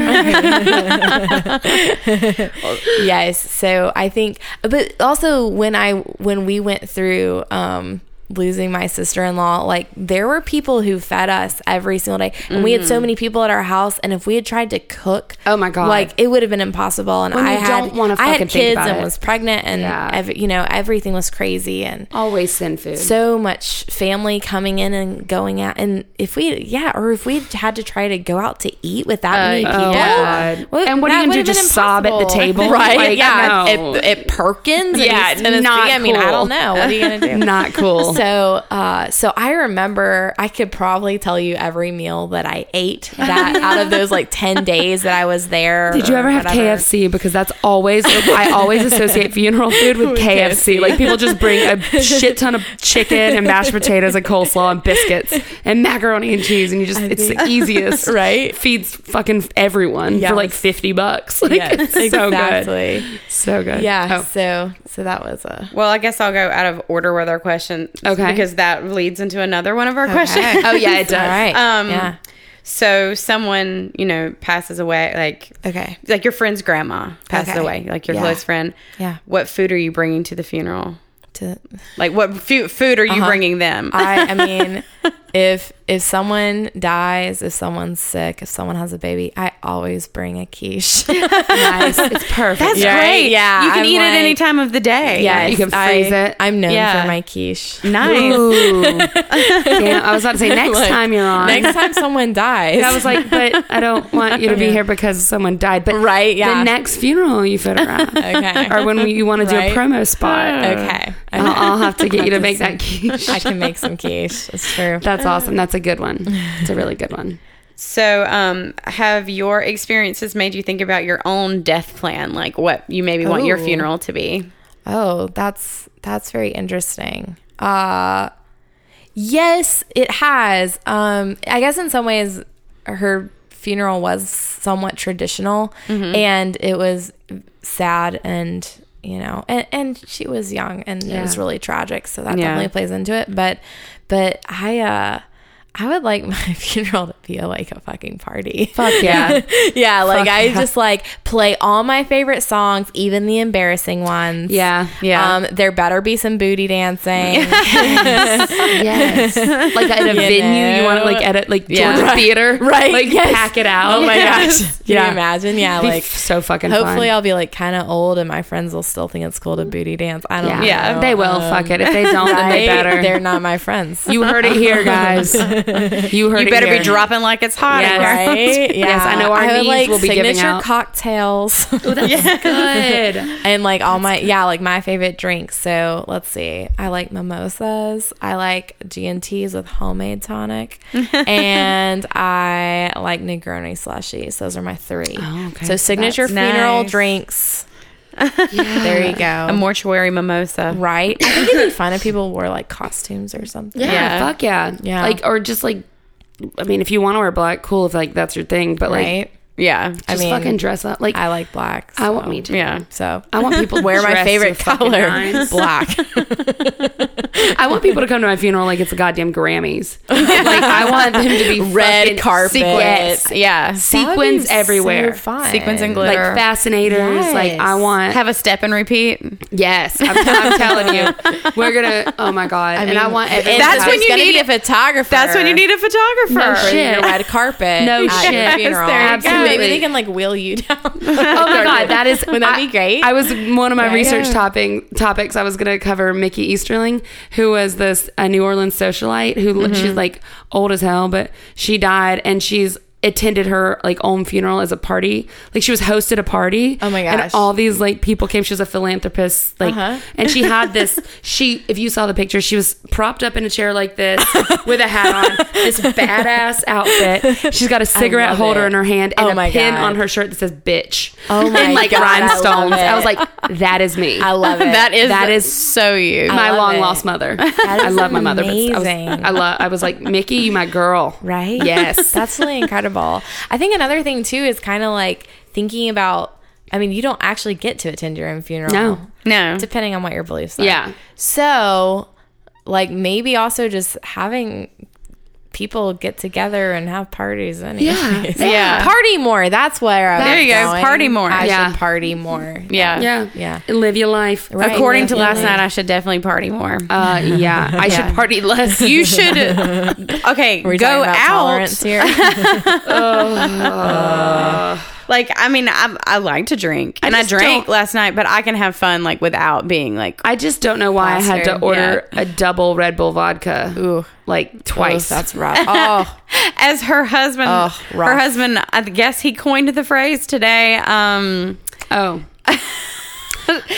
S3: yes. So I think, but also when I, when we went through, um, losing my sister-in-law like there were people who fed us every single day and we had so many people at our house and if we had tried to cook
S1: Mm-hmm. Oh my God.
S3: like it would have been impossible and
S1: When
S3: i
S1: you
S3: had
S1: don't wanna
S3: i had
S1: fucking
S3: kids
S1: think about
S3: and
S1: it.
S3: was pregnant and
S1: Yeah.
S3: ev- you know everything was crazy and
S1: Always send food.
S3: so much family coming in and going out and if we yeah or if we had to try to go out to eat with that many people
S1: God.
S3: what-
S1: Uh, And what are
S3: that
S1: you gonna do?
S3: would've been
S1: Just sob at the
S3: impossible.
S1: table?
S3: right
S1: Like,
S3: yeah
S1: no.
S3: it, it perkins
S1: Yeah,
S3: yeah
S1: it's
S3: in Tennessee.
S1: not
S3: i mean i
S1: cool.
S3: don't know what are you gonna do
S1: Not cool.
S3: so, uh, so I remember I could probably tell you every meal that I ate that out of those like ten days that I was there.
S1: Did you
S3: or
S1: ever have
S3: whatever.
S1: KFC? Because that's always I always associate funeral food with KFC. Like people just bring a shit ton of chicken and mashed potatoes and coleslaw and biscuits and macaroni and cheese, and you just it's the easiest,
S3: Right?
S1: Feeds fucking everyone
S3: Yes.
S1: for like fifty bucks. Like,
S3: Yes,
S1: it's so good,
S3: exactly.
S1: so good.
S3: Yeah.
S1: Oh,
S3: So, so that was a
S2: Well, I guess I'll go out of order with our question,
S1: Okay.
S2: because that leads into another one of our questions.
S1: Oh, yeah, it does.
S3: All right.
S2: Um,
S3: yeah.
S2: So, someone you know passes away, like
S3: Okay.
S2: like your friend's grandma passes
S3: Okay.
S2: away, like your
S3: Yeah.
S2: close friend.
S3: Yeah.
S2: What food are you bringing to the funeral?
S3: To,
S2: Like, what fu- food are you bringing them?
S3: Uh-huh. I, I mean, if if someone dies, if someone's sick, if someone has a baby, I always bring a quiche.
S1: nice. It's perfect.
S2: That's
S3: Yeah.
S2: great.
S3: Right? Yeah,
S2: You can
S3: I'm
S2: eat it any
S3: like-
S2: time of the day.
S3: Yes,
S1: You can
S3: I-
S1: freeze it.
S3: I'm known
S2: Yeah.
S3: for my quiche.
S2: Nice.
S1: Ooh. Damn, I was about to say next
S3: Like,
S1: time you're on.
S3: Next time someone dies,
S1: I was like, but I don't want you to be here because someone died. But
S3: Right, yeah.
S1: the next funeral you photograph,
S3: Okay.
S1: or when you want to do
S3: Right.
S1: a promo spot,
S3: okay,
S1: I'll, I'll have to get you to make that quiche.
S3: I can make some quiche. That's true.
S1: That's awesome. That's a good one. It's a really good one.
S2: So, um, have your experiences made you think about your own death plan? Like, what you maybe want your
S3: Ooh.
S2: funeral to be?
S3: Oh, that's that's very interesting. Uh yes, it has. Um I guess in some ways her funeral was somewhat traditional
S1: Mm-hmm.
S3: and it was sad and you know and, and she was young and it was
S1: Yeah.
S3: really tragic so that
S2: Yeah.
S3: definitely plays into it but but I uh I would like my funeral to be like a fucking party.
S1: Fuck yeah.
S3: yeah, like
S1: Fuck
S3: I
S1: yeah.
S3: just like play all my favorite songs, even the embarrassing ones.
S1: Yeah.
S2: Yeah.
S3: Um, there better be some booty dancing.
S1: Um, Yes. Like at a
S3: You
S1: venue, you want to like
S3: know?
S1: at a like
S2: Yeah.
S1: Georgia theater,
S3: Right,
S1: Like
S3: yes.
S1: pack it out.
S3: oh my
S2: Yes.
S3: gosh. Can
S1: Yeah.
S3: you imagine? Yeah,
S1: Be
S3: like
S1: f- so fucking.
S3: hopefully
S1: fun.
S3: I'll be like kind of old and my friends will still think it's cool to booty dance. I don't
S1: Yeah.
S3: know.
S2: Yeah,
S1: They will. fuck it. If they don't, then they
S3: Right?
S1: better.
S3: They're not my friends.
S1: you heard it here, guys. You heard.
S2: You
S1: it
S2: better be
S1: here.
S2: dropping like it's hot.
S1: Yes.
S2: in here.
S3: Right? Yeah.
S1: Yes, I know our
S3: I would
S1: knees
S3: like
S1: will be giving
S3: signature
S1: out.
S3: cocktails
S1: Oh, that's good.
S3: and like all my yeah, like my favorite drinks. So let's see. I like mimosas. I like G and T's with homemade tonic, and I like Negroni slushies. Those are my three.
S1: Oh, okay.
S3: So signature
S2: That's
S3: funeral
S2: nice.
S3: drinks. There you go.
S2: A mortuary mimosa.
S3: right? I think it would fun if people wore like costumes or something.
S1: Yeah,
S2: Yeah.
S1: fuck yeah.
S3: Yeah.
S1: Like, or just like, I mean, if you want to wear black, cool if like that's your thing, but like,
S3: Right?
S2: Yeah.
S1: just
S3: mean,
S1: fucking dress up. Like,
S3: I
S1: I,
S3: like black.
S1: want me to.
S2: Yeah.
S3: So
S1: I want people to
S3: wear
S1: dress
S3: my
S1: to
S3: favorite
S1: the fucking
S3: color,
S1: nines.
S3: black.
S1: I want people to come to my funeral like it's the goddamn Grammys. like, I want them to be
S3: Red
S1: fucking
S3: carpet.
S1: sequins,
S2: Yeah.
S1: sequins everywhere,
S2: Sequins and
S1: like
S2: glitter.
S1: fascinators. Like, I
S3: Yes.
S1: want
S2: Have a step and repeat.
S1: Yes, I'm, I'm telling you, we're gonna. Oh my god! and I want. everyone to
S2: that's
S1: have-
S2: when you need
S3: a photographer.
S2: That's when you need a photographer.
S1: No
S3: for
S1: shit.
S3: your red carpet.
S1: No
S3: at
S1: shit.
S3: Your
S1: Yes,
S3: funeral.
S2: there you go.
S3: Absolutely. Maybe
S1: Absolutely.
S3: they can like wheel you down.
S1: Oh my god, that is.
S3: Wouldn't that be
S1: I-
S3: great?
S1: I, was one of my
S3: Yeah.
S1: research
S3: Yeah.
S1: topping topics. I was gonna cover Mickey Easterling, who was this a New Orleans socialite who li-
S3: Mm-hmm.
S1: she's like old as hell, but she died and she's attended her like own funeral as a party like she was hosted a party
S3: Oh my gosh. Uh-huh.
S1: and all these like people came she was a philanthropist like and she had this she if you saw the picture she was propped up in a chair like this with a hat on this badass outfit she's got a cigarette
S3: love
S1: holder
S3: it.
S1: in her hand and
S3: Oh
S1: a
S3: my
S1: pin
S3: God.
S1: on her shirt that says bitch
S3: Oh my
S1: and like
S3: God, I love
S1: rhinestones. I, was
S3: it.
S1: like, that is me.
S3: I love it.
S2: That is
S1: That is
S2: so you.
S1: my
S3: love
S1: long
S3: it.
S1: lost mother. I
S3: is
S1: love my mother. But I was,
S3: amazing.
S1: I love. I was like, Mickey, you my girl.
S3: right?
S1: Yes.
S3: That's really incredible. I think another thing too is kind of like thinking about I mean, you don't actually get to attend your own funeral.
S1: No.
S2: no.
S3: Depending on what your beliefs are.
S1: Yeah.
S3: So, like maybe also just having people get together and have parties anyway.
S1: Yeah.
S2: Yeah.
S3: Party more. That's where I
S2: There
S3: was
S2: you go.
S3: going.
S2: Party more.
S3: I
S1: Yeah.
S3: should party more.
S2: Yeah.
S1: Yeah.
S3: Yeah.
S1: Live your life.
S3: Right,
S2: According to last
S3: definitely.
S2: night, I should definitely party more.
S1: Uh, yeah. I should party less.
S2: you should. Okay,
S3: We're
S2: go
S3: talking about
S2: out.
S3: tolerance here.
S2: Like, I mean, I, I like to drink, and I,
S1: just
S2: drank
S1: don't-
S2: last night, but I can have fun like without being like.
S1: I just don't know why I had to
S3: Plastered,
S1: order a double Red Bull vodka.
S3: Ooh.
S1: Like twice.
S3: That's rough. Oh,
S2: As her husband,
S3: Ugh,
S2: her
S3: rough.
S2: husband, I guess he coined the phrase today. Um,
S1: oh.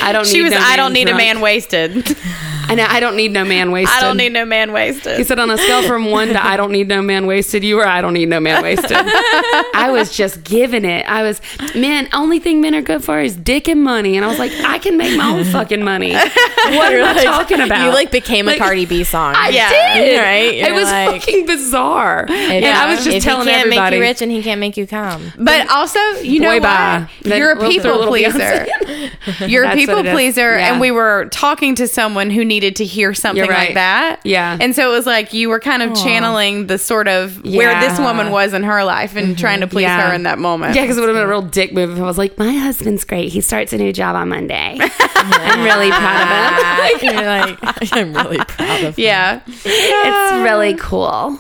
S1: I don't.
S2: she
S1: need
S2: was,
S1: no
S2: "I don't need
S1: drunk."
S2: a man wasted.
S1: I know. I don't need no man wasted.
S2: I don't need no man wasted."
S1: He said on a scale from one to I don't need no man wasted, you were I don't need no man wasted. I was just giving it. I was, man, only thing men are good for is dick and money. And I was like, I can make my own fucking money. What are you talking about?
S3: you like became a
S1: Like,
S3: Cardi B song.
S1: I
S2: Yeah.
S1: did.
S3: Right?
S1: It
S3: You're
S1: was
S3: like-
S1: fucking bizarre. And
S3: Yeah.
S1: I was
S3: if
S1: just telling
S3: he can't
S1: everybody.
S3: make you rich and he can't make you come.
S2: But also, you know
S1: Boy,
S2: what?
S1: bye. Then
S2: You're a
S1: we'll throw a
S2: people
S1: little
S2: pleaser. You're a
S1: That's
S2: people
S1: what it is.
S2: pleaser,
S1: Yeah.
S2: and we were talking to someone who needed to hear something
S1: You're
S2: like
S1: right.
S2: that.
S1: Yeah.
S2: and so it was like you were kind of channeling the sort of where
S1: Yeah. Mm-hmm.
S2: this woman was in her life and trying to please her in that moment.
S1: Yeah, because it would have been a real dick move if I was like, my husband's great. He starts a new job on Monday. I'm really proud of him.
S3: You're like, I'm really proud of you.
S2: Yeah.
S1: It's really cool.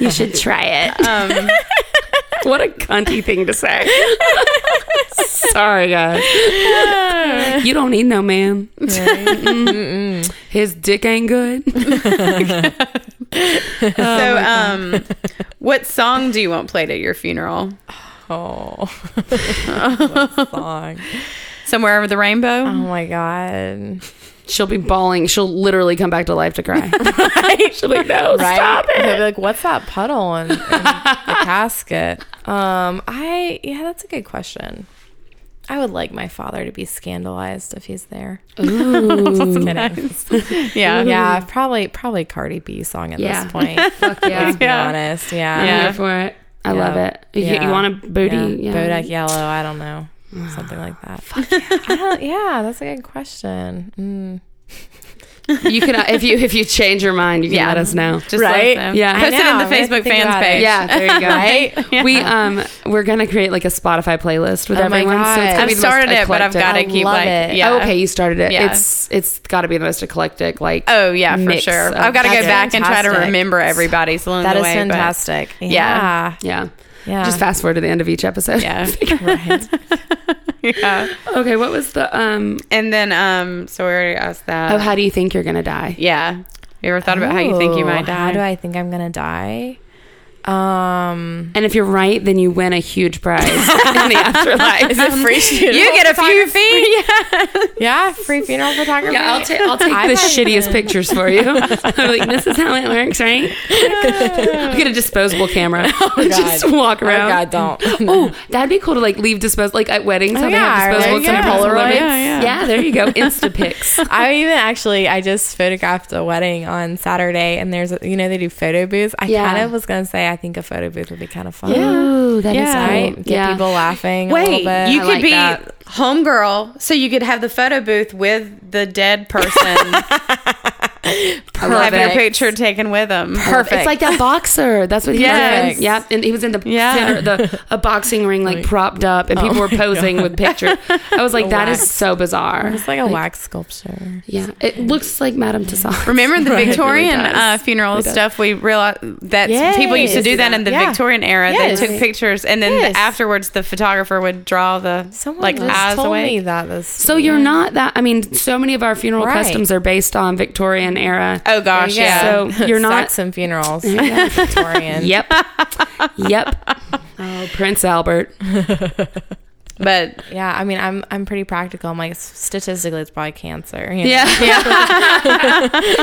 S1: you should try it. what a cunty thing to say. Sorry, guys. you don't need no man. Mm-mm. His dick ain't good.
S2: so, um, what song do you want played at your funeral?
S3: Oh, song.
S2: Somewhere over the rainbow.
S3: Oh my god.
S1: She'll be bawling. She'll literally come back to life to cry. She'll be like, no,
S3: Right?
S1: Oh, stop
S3: They'll be
S1: it.
S3: like, "What's that puddle in, in the casket?" Um, I yeah, that's a good question. I would like my father to be scandalized if he's there. Just kidding.
S2: yeah.
S3: Yeah, probably probably Cardi B song at
S1: Yeah.
S3: this point.
S1: Fuck yeah.
S3: to be
S2: Yeah.
S3: honest, yeah.
S1: I'm
S2: Yeah.
S1: here for it. I
S3: Yeah.
S1: love it. You,
S3: Yeah.
S1: you want a booty?
S3: yeah.
S1: Yeah.
S3: Bodak Yellow. I don't know, something like that. I don't- yeah, that's a good question. Mm.
S1: You can, uh, if you if you change your mind, you can
S2: Yeah.
S1: let us know.
S2: Just let us
S3: Right?
S2: know.
S1: Yeah. I
S2: Post it
S3: know.
S2: in the
S3: We have to
S2: Facebook
S3: think
S2: fans
S3: about it.
S2: page.
S1: Yeah, there you go.
S3: Right?
S1: We um we're gonna create like a Spotify playlist with
S3: Oh my
S1: everyone. So it's
S3: God.
S1: gonna
S3: I've
S1: be the
S2: started
S1: most
S2: it, but I've
S1: eclectic.
S2: got to
S3: I
S2: keep
S3: love
S2: like.
S3: it.
S2: Yeah.
S1: Oh, okay, you started it.
S2: Yeah.
S1: It's it's got to be the most eclectic. Like
S2: Oh yeah, for
S1: mix
S2: sure.
S1: of-
S2: I've got to go
S3: That's
S2: back and try to
S3: fantastic.
S2: remember everybody's along
S3: That
S2: the
S3: is
S2: way, but-
S3: fantastic.
S2: Yeah.
S1: Yeah.
S3: Yeah.
S1: Just fast forward to the end of each episode.
S2: Yeah.
S3: Right.
S2: yeah.
S1: okay. What was the um?
S2: And then um, so we already asked that.
S1: Oh, how do you think you're gonna die?
S2: yeah. You ever thought about how you think you
S3: Ooh,
S2: might die?
S3: How do I think I'm gonna die? Um,
S1: And if you're right, then you win a huge prize in the afterlife.
S3: free funeral
S2: You get a few feet.
S3: yeah, free funeral photography.
S1: Yeah, I'll, ta- I'll take
S3: I
S1: the
S3: might-
S1: shittiest pictures for you. I'm like, this is how it works, right? We get a disposable camera. and just walk
S3: Oh,
S1: around.
S3: God, don't.
S1: Oh, that'd be cool to like leave disposable, like at weddings, how
S3: yeah,
S1: they have
S3: there
S1: disposable
S3: you
S1: cameras.
S3: go.
S1: and
S2: Polaroids.
S1: everything.
S2: Yeah, yeah.
S1: yeah, there you go. Insta pics.
S3: I even actually I just photographed a wedding on Saturday and there's a, you know they do photo booths. I
S1: Yeah.
S3: kind of was gonna say I think a photo booth would be kind of fun.
S1: Ooh, that is
S2: Yeah.
S1: cool.
S3: Right? Get
S1: yeah.
S3: people laughing a little
S2: Wait,
S3: bit.
S2: you
S1: I
S2: could
S1: like
S2: be
S1: that.
S2: homegirl, so you could have the photo booth with the dead person.
S1: I love
S2: have your
S1: it.
S2: picture taken with them.
S1: It's like that boxer. That's what he
S2: Yes.
S1: was in. Yep. And he was in the
S2: Yeah.
S1: center, the a boxing ring like propped up and people were posing with pictures. I was like, that is
S3: wax.
S1: so bizarre.
S3: It's like a wax sculpture.
S1: Yeah. It looks like Madame Tussauds.
S2: Remember in the
S1: Right. It really
S2: Victorian
S1: does.
S2: uh, funeral
S1: It does.
S2: stuff? We realized that
S3: Yes.
S2: people used to do that in the
S3: Yeah.
S2: Victorian era.
S3: Yes.
S2: They took pictures, and then the-
S3: Yes.
S2: afterwards, the photographer would draw the
S3: Someone
S2: like
S3: just
S2: eyes
S3: told me
S2: away.
S3: that this.
S1: So you're not that. I mean, so many of our funeral
S3: Right.
S1: customs are based on Victorian era.
S2: Oh gosh,
S3: There you
S2: yeah.
S1: go. So you're not-
S3: Saxon funerals.
S1: Yeah.
S3: Victorian.
S1: Yep. yep. Oh, Prince Albert.
S2: But
S3: Yeah, I mean, I'm I'm pretty practical. I'm like statistically, it's probably cancer. you know?
S2: yeah,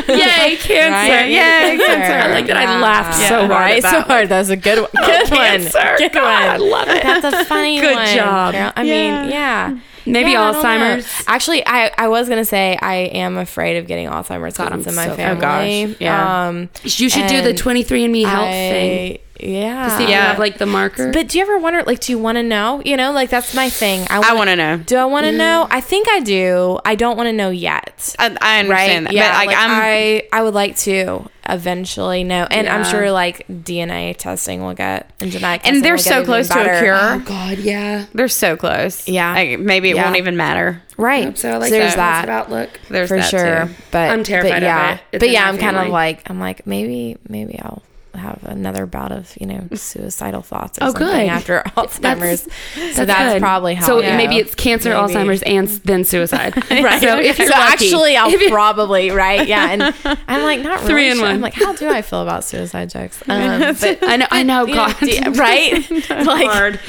S1: Yay, cancer.
S3: Right?
S2: Yay, cancer.
S1: I like that. I
S3: Yeah.
S1: laughed so hard.
S3: Right,
S1: at that
S3: so
S1: one.
S3: hard. That's a good one. Good
S1: Cancer.
S3: one. Good
S1: God, I
S3: one.
S1: love it.
S3: That's a funny
S1: Good
S3: one.
S1: job.
S3: Carol. I mean, yeah.
S1: Maybe
S3: Yeah, I don't know.
S1: Alzheimer's.
S3: Actually, I, I was gonna say I am afraid of getting Alzheimer's
S1: God,
S3: because it's
S1: I'm
S3: in my
S1: so- oh,
S3: family.
S2: gosh. Yeah.
S3: Um,
S1: You should do the
S3: And
S1: 23andMe health
S3: I-
S1: thing.
S3: Yeah.
S1: See if you
S2: Yeah.
S1: have like the marker.
S3: But do you ever wonder? Like, do you want to know? You know, like that's my thing.
S2: I
S3: wanna-
S2: want to know.
S3: Do I want to know? I think I do. I don't want to know yet.
S2: I, I understand that,
S3: Yeah,
S2: but like,
S3: like,
S2: I'm.
S3: I I would like to eventually know, and I'm
S1: Yeah.
S3: sure like DNA testing will get and genetic testing
S2: and they're
S3: will get
S2: so
S3: even
S2: close to
S3: better.
S2: a cure.
S1: oh God, yeah.
S2: They're so close.
S3: Yeah.
S2: Like, maybe it
S3: Yeah.
S2: won't even matter.
S1: I
S3: right?
S1: hope so. I like
S3: there's
S1: that.
S3: that,
S1: That's an outlook.
S2: There's
S3: for
S2: that
S3: sure.
S2: too.
S3: But
S1: I'm terrified
S3: but
S1: of
S3: yeah,
S1: it. It's
S3: but
S1: in
S3: yeah,
S1: my
S3: I'm kind of
S1: family.
S3: like I'm like maybe maybe I'll have another bout of you know suicidal thoughts.
S1: Oh,
S3: Or something
S1: good.
S3: after Alzheimer's. so
S1: That's
S3: that's
S1: good.
S3: probably how.
S1: So
S3: I
S1: maybe
S3: know.
S1: it's cancer,
S3: Maybe.
S1: Alzheimer's, and s- then suicide.
S3: Right.
S1: So if you're
S3: so
S1: lucky.
S3: actually, I'll probably right. Yeah, and I'm like not really
S1: Three in
S3: sure.
S1: one.
S3: I'm like, how do I feel about suicide jokes? Um, but
S1: I know. I know.
S3: you know,
S1: God.
S3: de- right? like
S1: Hard.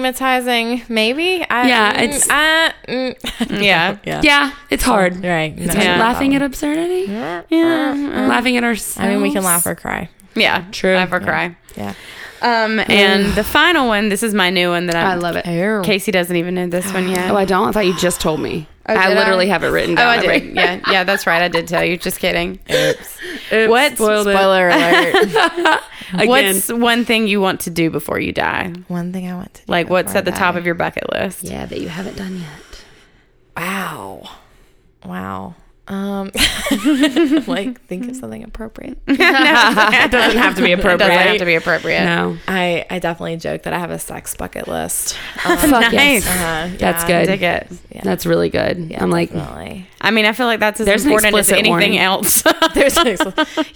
S3: destigmatizing, maybe. I,
S1: Yeah,
S3: mm,
S1: it's-
S3: I, mm.
S2: Yeah.
S1: Yeah, it's hard.
S3: right. No,
S1: It's hard.
S2: Yeah.
S1: Laughing at absurdity. Laughing at ourselves.
S3: I mean, we can laugh or cry.
S2: Yeah. True. Laugh or cry.
S3: Yeah.
S2: Um, and the final one. This is my new one that i
S1: I love it.
S2: Casey doesn't even know this one yet.
S1: Oh, I don't. I thought you just told me.
S2: did
S1: I
S2: I?
S1: literally have it written
S2: Oh, I
S1: down.
S2: did. Yeah, yeah, that's right. I did tell you. Just kidding. What-
S1: Spoiled it.
S3: Spoiler alert.
S1: Again.
S2: What's one thing you want to do before you die?
S3: One thing I want to do
S2: Like, what's
S3: before
S2: at the
S3: I
S2: top
S3: die.
S2: of your bucket list?
S1: yeah, that you haven't done yet.
S3: Wow. Wow. Um, like think of something appropriate.
S2: it doesn't have to be appropriate. It doesn't have to be appropriate.
S1: No.
S3: I, I definitely joke that I have a sex bucket list.
S1: Fuck yes. Uh-huh.
S2: Nice.
S3: Uh,
S1: That's
S3: yeah,
S1: good.
S2: I dig it.
S1: That's really good. I'm like,
S3: Definitely.
S2: I mean, I feel like that's as
S1: There's an
S2: important as
S1: explicit
S2: anything
S1: warning.
S2: else.
S3: There's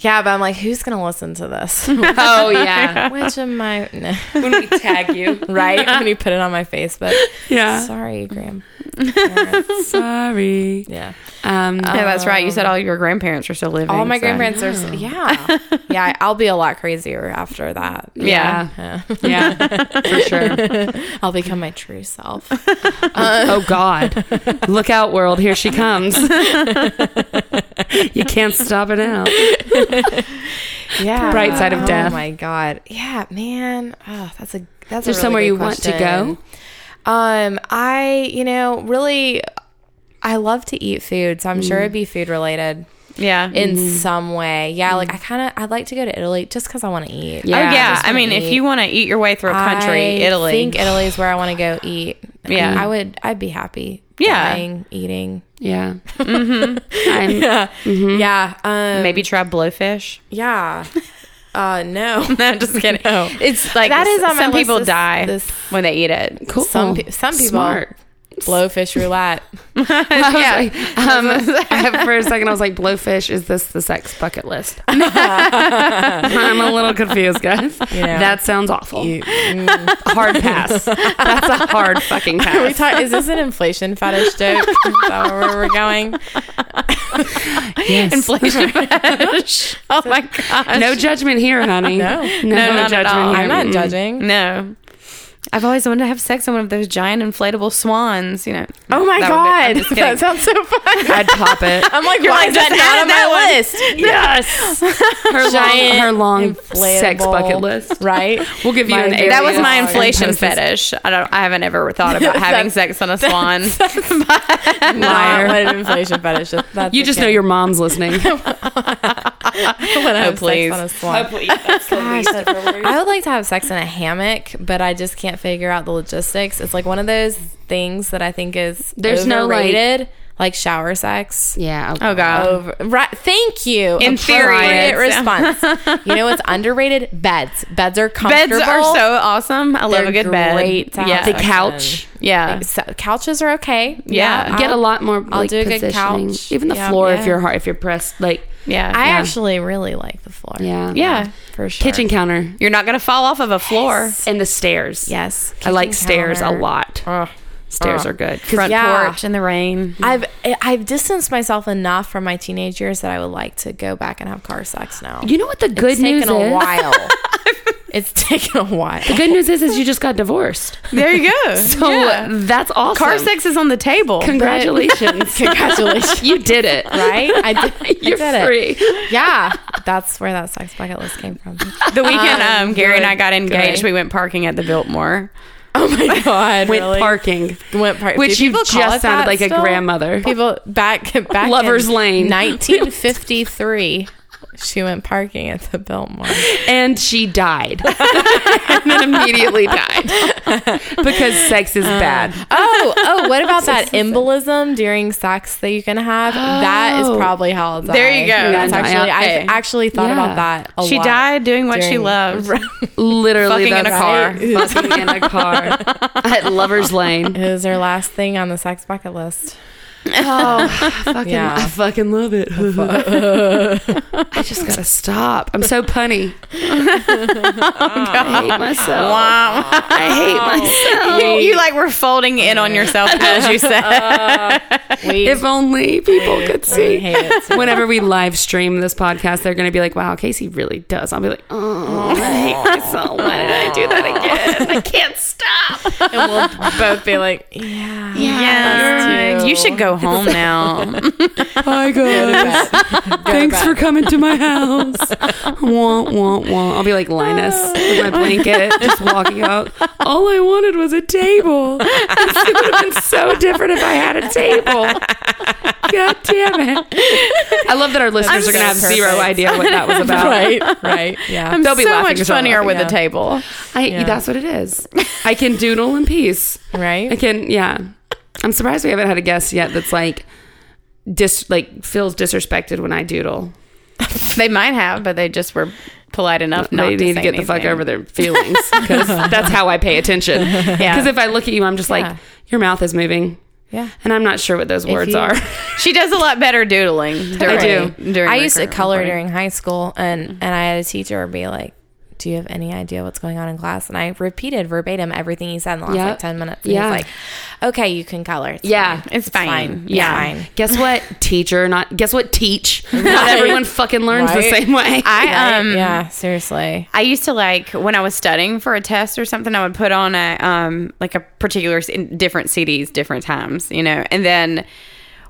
S3: yeah, but I'm like, who's gonna listen to this?
S1: oh yeah.
S3: Which of my no.
S1: when we tag you,
S3: right? When you put it on my Facebook.
S1: yeah.
S3: Sorry, Graham.
S1: Sorry.
S3: Yeah.
S1: Um,
S2: yeah, that's right. You said all your grandparents are still living.
S3: All my
S2: so-
S3: grandparents are yeah. Yeah, I'll be a lot crazier after that.
S1: yeah.
S3: Yeah.
S1: Yeah. For sure.
S3: I'll become my true self.
S1: oh God. Look out, world. Here she comes. you can't stop it out.
S3: Yeah.
S1: Bright side of death.
S3: Oh my god. Yeah, man. Oh, that's a that's
S1: there
S3: a really
S1: somewhere
S3: good
S1: you want to
S3: question. Um, I, you know, really I love to eat food, so I'm sure it'd be food related.
S2: Yeah.
S3: in some way. Yeah, like I kind of I'd like to go to Italy just because I want to eat.
S2: oh
S1: Yeah,
S2: yeah.
S1: just
S2: I mean, if
S3: eat.
S2: you want to eat your way through a country, Italy.
S3: I think Italy is where I want to go eat.
S2: Yeah.
S3: I would. I'd be happy.
S2: Yeah.
S3: dying, eating.
S1: Yeah. I'm,
S3: Yeah, yeah, um,
S2: maybe try blowfish.
S3: yeah. Uh, no,
S2: No, just kidding.
S3: No.
S2: It's like
S3: That is on my
S2: some
S3: list
S2: people
S3: this-
S2: die
S3: this-
S2: when they eat it.
S1: Cool.
S3: Some pe- some people-
S1: smart.
S3: Blowfish roulette.
S1: I was like, um, I- for a second, I was like, blowfish, is this the sex bucket list? I'm a little confused, guys.
S3: know.
S1: that sounds awful. hard pass. That's a hard fucking
S3: Are we
S1: pass.
S3: talk- is this an inflation fetish joke? Is that where we're going?
S1: Yes.
S2: Inflation fetish. Oh my gosh.
S1: No judgment here, honey.
S3: No.
S1: no,
S2: No, not at
S1: judgment
S2: all.
S1: here.
S3: I'm not
S1: Mm-mm.
S3: judging.
S2: No. I've always wanted to have sex on one of those giant inflatable swans, you know.
S3: Oh my
S2: That would be- I'm just
S3: god,
S2: kidding.
S3: that sounds so fun.
S1: I'd pop it.
S3: I'm like, why is that
S2: just
S3: not
S2: added
S3: on
S2: that one.
S3: my list?
S1: Yes, her long,
S3: Giant
S1: her long
S3: inflatable-
S1: sex bucket list.
S3: Right?
S1: We'll give you
S3: My
S1: an
S3: goodness.
S1: area.
S2: That was my
S3: Yeah.
S2: inflation
S1: Post this-
S2: fetish. I don't. I haven't ever thought about having sex on a swan.
S3: Liar. What an inflation fetish. is. That's
S1: You just know your mom's listening.
S3: what
S2: Oh, please.
S3: On a swan. I would like to have sex in a hammock, but I just can't figure out the logistics. It's like one of those things that I think is
S1: There's no, like-
S3: overrated, like, shower sex.
S1: yeah.
S2: Oh god.
S3: Over, right, thank you.
S2: In theory,
S3: Appropriate
S2: it's-
S3: response. you know what's underrated? Beds. Beds are
S2: Beds
S3: Oh, comfortable.
S2: are so awesome. I love
S3: They're
S2: a good bed.
S3: great to
S2: yeah.
S3: have
S1: The
S3: sex
S1: couch.
S2: yeah.
S3: in. So- couches are okay.
S2: Yeah.
S1: Get a
S3: I'll-
S1: lot more.
S3: I'll
S1: like,
S3: do a good
S1: positioning.
S3: couch.
S1: Even the
S3: Yeah.
S1: floor,
S3: Yeah.
S1: if you're hard, if you're pressed, like
S2: yeah.
S3: I
S1: Yeah.
S3: actually really like the floor.
S1: yeah,
S2: yeah.
S3: for sure.
S1: Kitchen counter
S2: You're not gonna fall off of a floor.
S1: and the stairs.
S3: Yes,
S1: I like
S3: kitchen
S1: stairs a
S3: counter.
S1: lot.
S3: Ugh.
S1: Stairs are good. 'Cause-
S2: Front
S3: Yeah.
S2: porch in the rain.
S3: I've I've distanced myself enough from my teenage years that I would like to go back and have car sex now.
S1: You know what the good
S3: it's
S1: news
S3: taken a
S1: is?
S3: while. it's taken a while.
S1: The good news is, is you just got divorced.
S2: There you go.
S1: So that's awesome.
S2: Car sex is on the table.
S1: Congratulations.
S3: Congratulations.
S1: you did it.
S3: Right? I did,
S1: You're
S3: I did
S1: free.
S3: it. Yeah. That's where that sex bucket list came from.
S2: The weekend um, Gary and I got engaged,
S3: good.
S2: we went parking at the Biltmore.
S3: Oh my God.
S1: Went parking.
S3: Went park.
S1: Which
S3: Do
S1: you
S3: people call
S1: just
S3: it
S1: sounded
S3: that
S1: like a
S3: still?
S1: grandmother.
S3: People back back
S1: Lover's
S3: in
S1: Lane.
S3: 1953. She went parking at the Biltmore.
S1: And she died. and then immediately died. because sex is bad.
S3: Oh, oh, what about that embolism during sex that you can have? That is probably how it's
S2: There you go.
S3: That's
S1: Yeah,
S3: actually
S2: okay.
S3: I've actually thought
S1: Yeah.
S3: about that a
S2: She
S3: lot.
S2: died doing what she
S3: during-
S2: loved.
S1: Literally
S2: Fucking in
S1: that's
S2: a car.
S1: right. Fucking in a car. At Lover's Lane.
S3: It was her last thing on the sex bucket list.
S1: Oh, Fucking,
S3: Yeah.
S1: I fucking love it. I just gotta stop. I'm so punny. I hate myself. I hate myself.
S2: you like were folding in on yourself as you said.
S3: We
S1: If only people could see.
S3: hate it. so
S1: Whenever we live stream this podcast, they're going to be like, wow, Casey really does. I'll be like, oh, I hate myself. Why did I do that again? I can't stop.
S3: much. And we'll both be like, yeah.
S2: Yeah.
S3: that's
S2: You should go home now.
S1: Hi, guys. Thanks for coming to my house. Ah. Womp, womp, womp. I'll be like Linus with my blanket, just walking out. All I wanted was a table. This would have been so different if I had a table. God damn it. I love that our listeners are going to have
S3: so
S1: zero
S3: perfect.
S1: idea what that was about.
S3: Right, right, yeah.
S1: They'll be
S2: so
S1: laughing
S2: much
S1: as hell.
S2: funnier with
S3: Yeah.
S2: a table.
S1: I that's what it is. I can doodle in peace. I
S3: right?
S1: can yeah. I'm surprised we haven't had a guest yet that's like dis like feels disrespected when I doodle.
S2: They might have, but they just were polite enough not
S1: they need to,
S2: say
S1: get the fuck
S2: anything.
S1: over their feelings because that's how I pay attention. Because
S2: Yeah.
S1: if I look at you, I'm just
S3: Yeah.
S1: like your mouth is moving,
S3: Yeah.
S1: and I'm not sure what those words
S3: you-
S1: are.
S2: She does a lot better doodling. During,
S1: do.
S2: During
S3: I used to
S2: recurrent
S3: color
S2: reporting.
S3: during high school, and
S2: Mm-hmm.
S3: and I had a teacher be like, "Do you have any idea what's going on in class?" And I repeated verbatim everything he said in the last
S1: Yeah.
S3: like ten minutes. And
S1: Yeah.
S3: He was like, "Okay, you can color. It's
S1: yeah.
S2: It's fine.
S3: fine. It's
S2: Yeah.
S3: fine.
S1: Guess what, teacher? Not guess what, teach. Not everyone fucking learns the
S3: Right.
S1: same way.
S2: I
S3: Right?
S2: um
S3: yeah, seriously.
S2: I used to like when I was studying for a test or something, I would put on a um like a particular s- in different CDs different times, you know. And then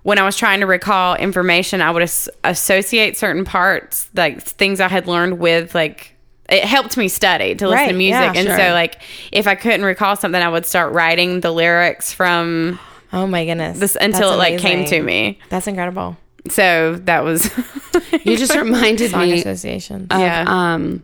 S2: when I was trying to recall information, I would as- associate certain parts like things I had learned with like it helped me study to listen
S3: Right,
S2: to music.
S3: yeah,
S2: and
S3: sure.
S2: so like if I couldn't recall something, I would start writing the lyrics from
S3: Oh my goodness.
S2: this until
S3: That's
S2: it like came
S3: amazing.
S2: to me.
S3: That's incredible.
S2: So that was
S1: you just reminded
S3: Song
S1: me
S3: association.
S1: of,
S2: Yeah.
S1: um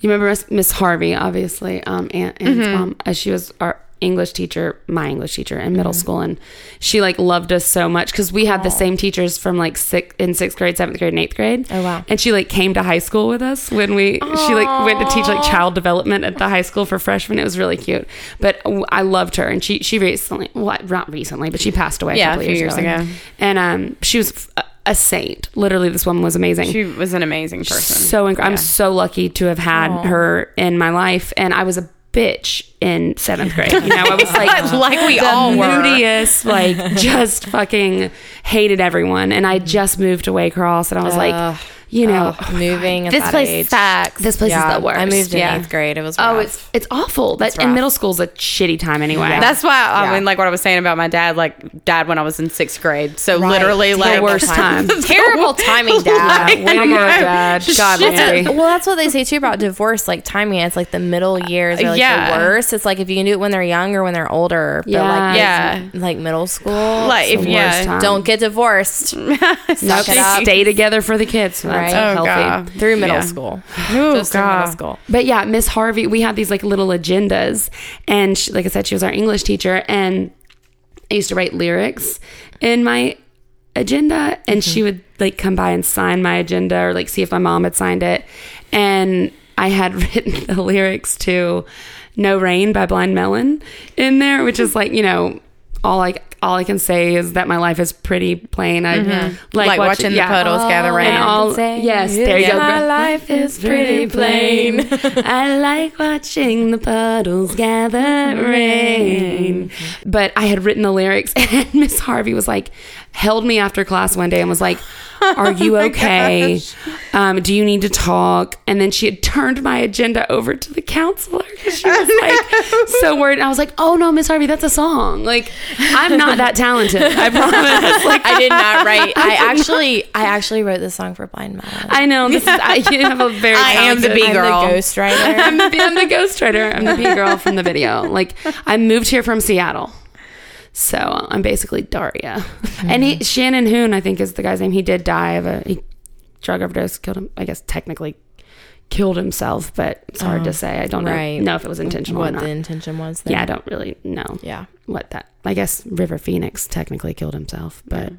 S1: you remember Miss- miss harvey obviously um aunt anne's mom um, as she was our English teacher, my English teacher in middle school, and she like loved us so much because we had the same teachers from like six in sixth grade, seventh grade, and eighth grade.
S3: Oh, wow.
S1: And she like came to high school with us when we she like went to teach like child development at the high school for freshmen. It was really cute, but w- I loved her, and she she recently well not recently, but she passed away
S2: Yeah,
S1: a couple
S2: a few
S1: years,
S2: years
S1: ago.
S2: ago.
S1: and um she was f- a- a saint. Literally, this woman was amazing.
S2: She was an amazing person.
S1: So inc- I'm so lucky to have had her in my life, and I was a bitch in seventh grade. You know, I was like,
S2: Like we all
S1: the
S2: were.
S1: moodiest, like just fucking hated everyone. And I just moved to Waycross, and I was
S3: Ugh.
S1: like, you know,
S3: Ugh, moving at
S2: Oh. This
S3: that
S2: place
S3: age.
S2: sucks.
S1: this place
S3: Yeah,
S1: is the worst.
S3: I moved in
S2: Yeah.
S3: eighth grade. It was
S1: Oh,
S3: rough.
S1: it's it's awful. That
S3: rough.
S1: and middle school's a shitty time anyway.
S2: That's why I
S3: Yeah.
S2: mean, like what I was saying about my dad, like died when I was in sixth grade. So
S3: Right.
S2: literally,
S3: The
S2: like
S1: worst time.
S3: Um, terrible timing, Dad.
S1: Way to go, Dad. God,
S2: Shit.
S1: Mary.
S3: well, that's what they say too about divorce, like timing. It's like the middle years are like
S2: Yeah.
S3: the worst. It's like if you can do it when they're young or when they're older, but like
S2: Yeah.
S3: it's, like middle school,
S2: like if
S1: the worst
S2: yeah,
S1: time.
S3: don't get divorced
S1: Nope.
S3: Suck it up.
S1: Stay together for the kids. That's
S3: Right.
S1: healthy.
S2: oh god,
S3: through middle
S2: Yeah.
S3: school.
S2: Oh
S3: Just through middle school.
S1: But yeah, Miss Harvey, we had these like little agendas. And she, like I said, she was our English teacher. And I used to write lyrics in my agenda. And
S2: Mm-hmm.
S1: she would like come by and sign my agenda or like see if my mom had signed it. And I had written the lyrics to No Rain by Blind Melon in there, which is like, you know, all I all I can say is that my life is pretty plain. I
S2: Mm-hmm. Like,
S1: watch-
S2: watching
S1: yeah.
S2: the puddles gather
S1: And
S2: round.
S1: all- yes, there you go.
S3: My
S1: Gr-
S3: life is pretty plain.
S1: I like watching the puddles gather rain. But I had written the lyrics, and Miss Harvey was like, held me after class one day and was like, Are you
S2: Oh
S1: okay? Um, do you need to talk? And then she had turned my agenda over to the counselor 'cause she was like so worried. And I was like, Oh no, Miss Harvey, that's a song. Like, I'm not that talented. I promise. Like,
S3: I did not write. I actually, I actually wrote this song for Blind Melon.
S1: I know this is. I, you have a very.
S2: I am the
S1: talented-
S2: bee
S3: I'm
S2: girl.
S3: the ghostwriter.
S1: I'm the, I'm the ghostwriter. I'm the B girl from the video. Like, I moved here from Seattle. So I'm basically Daria.
S3: Hmm.
S1: And he, Shannon Hoon, I think is the guy's name. He did die of a he, drug overdose, killed him, I guess, technically killed himself, but it's hard to say. I don't know-
S3: Oh, right.
S1: know, if it was intentional or
S3: what
S1: not.
S3: the intention was. There.
S1: yeah, I don't really know
S3: yeah.
S1: what that. I guess River Phoenix technically killed himself,
S3: Hmm.
S1: but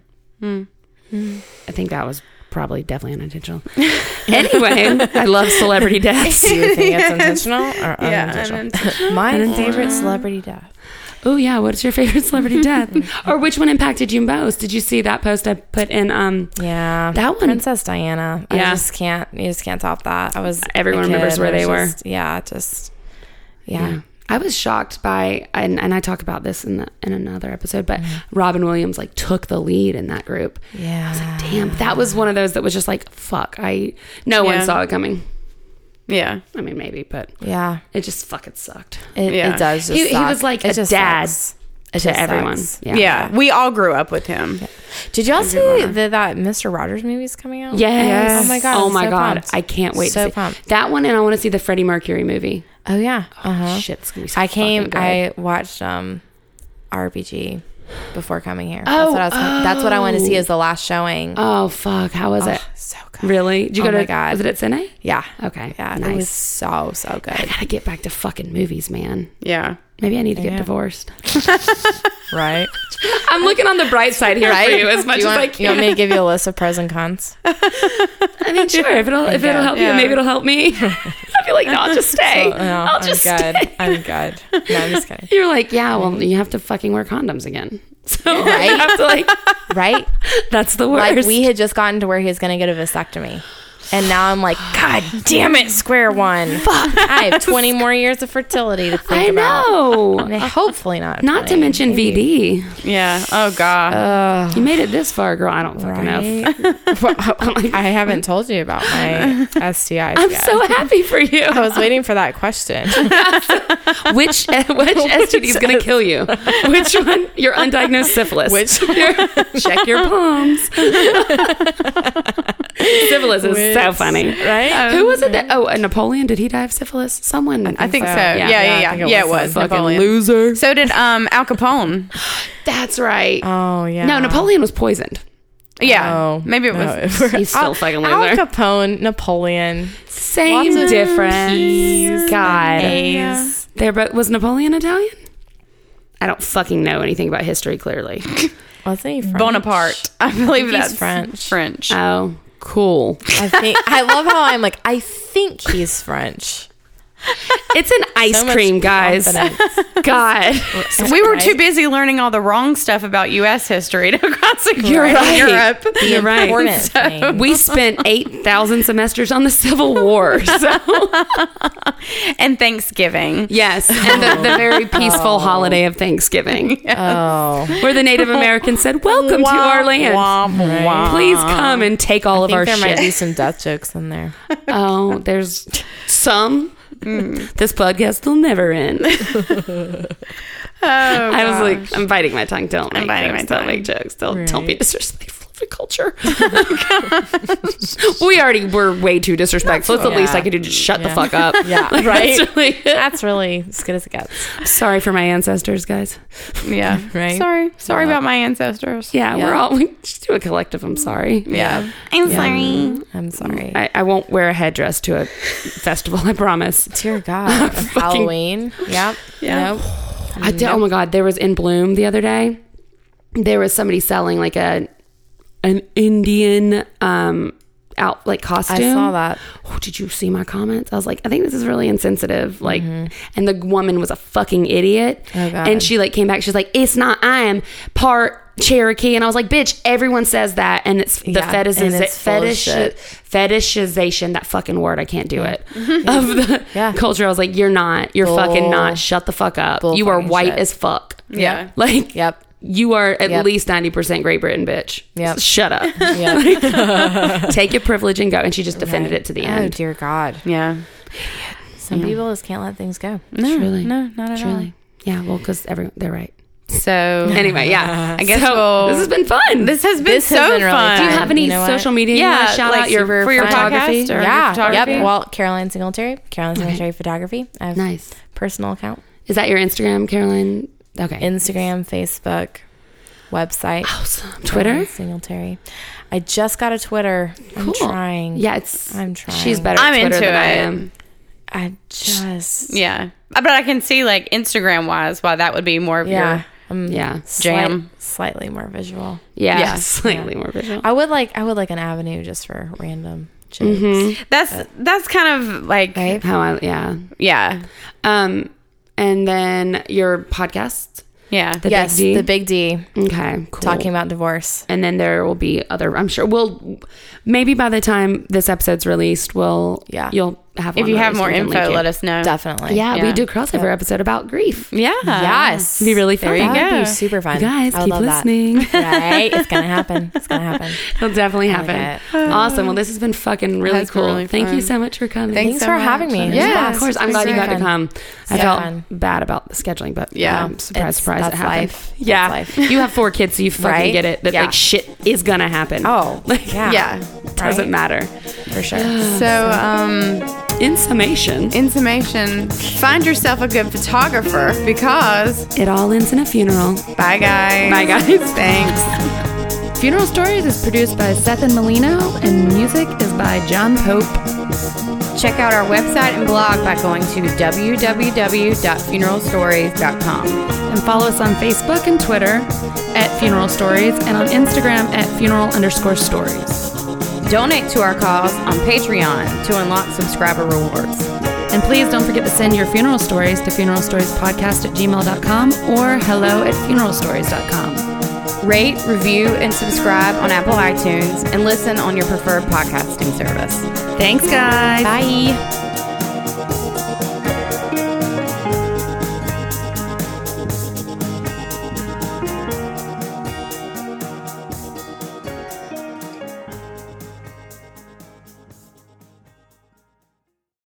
S1: I think that was probably definitely unintentional. anyway, I love celebrity deaths.
S3: Do you think it's intentional or unintentional?
S2: Yeah,
S3: My favorite celebrity death.
S1: Oh yeah, what's your favorite celebrity death? or which one impacted you most? Did you see that post I put in um
S3: Yeah,
S1: That one-
S3: Princess Diana.
S1: Yeah.
S3: I just can't. You just can't top that. I was.
S1: Everyone
S3: a kid
S1: remembers where
S3: and it
S1: they
S3: was
S1: were.
S3: just- yeah, just yeah.
S1: I was shocked by and, and I talk about this in the in another episode, but Robin Williams like took the lead in that group.
S3: Yeah.
S1: Damn, that was one of those that was just like fuck. I no
S2: Yeah.
S1: one saw it coming.
S2: yeah.
S1: I mean maybe, but
S3: Yeah.
S1: it just fucking sucked
S3: It,
S2: Yeah.
S3: it does. Just
S1: He- he
S3: suck.
S1: was like
S3: it
S1: a dad
S3: sucks.
S1: to
S3: It just
S1: everyone.
S3: sucks.
S1: Yeah.
S2: yeah. We all grew up with him.
S3: Did y'all see that that Mr. Rogers movie's coming out?
S1: Yes.
S3: Oh my god.
S1: Oh
S3: I'm
S1: my
S3: so
S1: god!
S3: pumped.
S1: I can't wait.
S3: So
S1: to see.
S3: pumped.
S1: That one, and I want to see the Freddie Mercury movie.
S3: Oh yeah. Uh huh.
S1: Shit, it's gonna be. So
S3: I came.
S1: fucking good.
S3: I watched um, RBG before coming here.
S1: Oh,
S3: that's what I was. That's what I wanted to see
S1: oh.
S3: is the last showing.
S1: Oh fuck! How was it?
S3: so good.
S1: Really? Did you
S3: Oh
S1: go to?
S3: my God.
S1: Was it at Cine?
S3: Yeah.
S1: Okay.
S3: Yeah. It
S1: Nice.
S3: was so so
S1: I
S3: good.
S1: gotta get back to fucking movies, man.
S2: Yeah.
S1: Maybe I need to get
S3: Yeah.
S1: divorced.
S3: Right.
S1: I'm looking on the bright side here for you as much
S3: you
S1: as
S3: want,
S1: I
S3: You
S1: can.
S3: want me to give you a list of pros and cons?
S1: I mean, sure. If it'll if it'll help
S2: Yeah.
S1: you, maybe it'll help me. I feel like, no, I'll just stay. I'll just
S3: Oh, I'm good.
S1: stay.
S3: I'm good. No, I'm just kidding.
S1: You're like, yeah. Well, you have to fucking wear condoms again. So I have to like.
S3: Right?
S1: That's the worst.
S3: Like we had just gotten to where he was going to get a vasectomy. And now I'm like, God damn it, square one. Fuck. I have 20 more years of fertility to think
S1: I
S3: about.
S1: know.
S3: And hopefully not.
S1: Not to
S3: 20.
S1: mention VD.
S2: Yeah. Oh god.
S1: You made it this far, girl. I don't fucking know.
S3: Right? I haven't told you about my STIs
S1: Oh I'm
S3: yet.
S1: so happy for you.
S3: I was waiting for that question.
S1: which which STD is going to kill you? Which one? Your undiagnosed syphilis.
S3: Which-
S1: Your, check your palms. syphilis is so funny, right? Who was it? That, oh, uh, Napoleon. Did he die of syphilis? Someone.
S2: I think so. Yeah, yeah, yeah. Yeah,
S3: I think it
S2: it
S3: was
S2: was.
S1: fucking
S2: Napoleon.
S3: Loser.
S2: So did um Al Capone.
S1: That's right.
S3: Oh, yeah.
S1: No, Napoleon was poisoned.
S2: Yeah.
S3: Oh,
S2: Maybe it
S3: no,
S2: was.
S1: He's still a fucking
S3: Al
S1: loser.
S3: Capone, Napoleon,
S1: Same
S3: Lots of
S1: difference. God,
S3: A's.
S1: there, but was Napoleon Italian? I don't fucking know anything about history, clearly.
S3: Wasn't he French?
S2: Bonaparte. I believe
S3: he's
S2: that's
S3: French.
S2: French.
S1: Oh, cool.
S3: I think I love how I'm like I think he's French.
S1: It's an ice
S3: So much
S1: cream, guys.
S3: confidence.
S1: God.
S2: we were too
S3: Right?
S2: busy learning all the wrong stuff about U.S. history to concentrate
S1: You're
S2: on
S1: right.
S2: Europe.
S1: You're right.
S3: Important thing.
S1: We spent 8,000 semesters on the Civil War. So,
S2: and Thanksgiving.
S1: yes. And the, the very peaceful holiday of Thanksgiving,
S3: Oh,
S1: where the Native Americans said, Welcome to our land.
S2: Womp, womp.
S1: Please come and take all
S3: I
S1: of
S3: think
S1: our
S3: there might
S1: shit.
S3: be some death jokes in there.
S1: Oh, there's some.
S2: Mm.
S1: This podcast will never end.
S2: Oh,
S1: I was like, I'm biting my tongue. Don't make
S2: I'm biting
S1: jokes.
S2: my
S1: Don't
S2: tongue.
S1: make jokes. Don't, don't be disrespectful to culture. we already were way too disrespectful. It's the
S3: Yeah.
S1: least I could do. Just shut the
S3: Yeah.
S1: fuck up.
S3: Yeah,
S1: Like,
S3: right.
S1: that's really it.
S3: That's really as good as it gets.
S1: Sorry for my ancestors, guys.
S2: yeah.
S3: Right.
S2: Sorry. Sorry
S3: Yeah.
S2: about my ancestors.
S1: Yeah,
S3: Yeah.
S1: we're all we just do a collective. I'm sorry.
S2: Yeah. I'm sorry.
S3: I'm sorry.
S1: I, I won't wear a headdress to a festival. I promise.
S3: Dear God, Halloween. Yep.
S2: Yeah.
S3: Yep.
S1: I did, oh my god, there was in Bloom the other day. There was somebody selling like a an Indian um out like costume.
S3: I saw that.
S1: Oh, did you see my comments? I was like, I think this is really insensitive. Like, and the woman was a fucking idiot.
S3: Mm-hmm. Oh, God.
S1: And she like came back. She's like, it's not. I am part Cherokee. And I was like, bitch, everyone says that, and it's the
S3: Yeah,
S1: fetishiz-
S3: and it's full of
S1: fetish
S3: shit.
S1: fetishization. That fucking word. I can't do it. Of the
S3: Mm-hmm. Yeah.
S1: culture. I was like, you're not. You're fucking
S3: Bull-
S1: not. Shut the fuck up.
S3: bull
S1: you are
S3: fucking
S1: white
S3: shit.
S1: as fuck.
S2: Yeah.
S1: Like,
S3: Yep.
S1: you are at
S3: Yep.
S1: least 90% Great Britain, bitch.
S3: Yep.
S1: Shut up.
S3: Yep.
S1: Take your privilege and go. And she just defended it to the
S3: oh
S1: end.
S3: dear God.
S2: Yeah.
S3: Some people just can't let things go.
S2: No,
S1: Truly.
S2: no, not at
S1: Truly. Yeah, well, because everyone, they're right.
S2: all. So
S1: Anyway, yeah. I guess
S2: So,
S1: this has been fun.
S2: this has been
S3: This
S2: so
S3: has been really
S2: fun.
S1: Do you
S3: fun.
S1: have any
S3: You know what?
S1: social media you
S2: Yeah,
S1: want to shout
S2: like
S1: out your,
S2: super
S1: for your
S2: fun.
S1: photography?
S2: Podcast or-
S3: yeah.
S2: photography?
S3: Yep. Well, Caroline Singletary. Caroline Singletary Photography. I have a
S1: Nice.
S3: personal account.
S1: Is that your Instagram, Caroline? Okay.
S3: Instagram, Facebook, website.
S1: awesome. Oh,
S3: Caroline
S1: Twitter?
S3: Singletary. I just got a Twitter. I'm trying.
S1: Yeah, it's.
S3: I'm trying.
S1: She's better
S2: I'm
S1: at Twitter
S2: into
S1: than I
S2: it.
S1: am.
S3: I just.
S2: Yeah. Uh, But I can see like Instagram wise why that would be more of
S3: Yeah.
S2: your
S3: I'm
S1: Yeah.
S2: Jam.
S3: slight- slightly more visual.
S1: Yeah.
S2: Yeah.
S1: Slightly more visual.
S3: I would like I would like an avenue just for random jokes.
S1: Mm-hmm.
S2: that's that's kind of like
S3: Right?
S1: How I, yeah.
S2: yeah.
S1: Um, and then your podcast,
S2: Yeah.
S1: The
S3: yes,
S1: Big D.
S3: the big D
S1: okay, cool.
S3: talking about divorce.
S1: and then there will be other. I'm sure. We'll maybe by the time this episode's released, we'll
S3: Yeah.
S1: You'll have
S2: if
S1: one
S2: you have
S1: released,
S2: more
S1: we can
S2: info,
S1: link it.
S2: let us know.
S3: Definitely.
S1: Yeah,
S2: Yeah.
S1: we do a crossover episode about grief.
S2: Yeah.
S3: Yes.
S1: Be really
S3: There
S1: fun.
S3: you
S2: That would
S3: go.
S2: be
S3: super fun.
S1: You guys,
S3: I would
S1: keep
S3: love that.
S1: listening.
S3: right? It's gonna happen. It's gonna happen.
S1: It'll definitely
S3: I like
S1: happen. awesome. Well, this has been fucking really
S2: That's
S1: cool.
S2: really
S1: Thank
S2: fun.
S1: you so much for coming.
S2: Thanks
S3: Thanks
S2: so
S3: for
S2: much.
S3: having me.
S2: Yeah,
S1: Yeah,
S3: Yes.
S1: of course. I'm
S3: It's
S1: glad you
S3: very
S1: got to
S3: fun.
S1: come. I
S3: So
S1: felt
S3: fun.
S1: bad about the scheduling, but
S2: Yeah.
S1: um, surprise,
S3: It's-
S1: surprise, it
S3: that's
S1: happened.
S3: life.
S1: Yeah,
S3: That's life.
S1: you have four kids, so you fucking
S3: Right?
S1: get it. That
S3: Yeah.
S1: like shit is gonna happen.
S3: Oh,
S1: like
S3: yeah.
S2: Yeah.
S1: doesn't
S3: Right?
S1: matter.
S3: For sure.
S2: So um
S1: In summation,
S2: in summation, find yourself a good photographer because
S1: it all ends in a funeral.
S2: bye guys.
S1: Bye, guys.
S2: Thanks.
S4: Funeral Stories is produced by Seth and Molino, and music is by John Pope.
S2: Check out our website and blog by going to www.funeralstories.com.
S4: And follow us on Facebook and Twitter at Funeral Stories, and on Instagram at funeral underscore stories.
S2: Donate to our cause on Patreon to unlock subscriber rewards.
S4: And please don't forget to send your funeral stories to funeralstoriespodcast at gmail.com or hello at funeralstories.com.
S2: Rate, review, and subscribe on Apple iTunes and listen on your preferred podcasting service.
S4: Thanks, guys.
S2: Bye.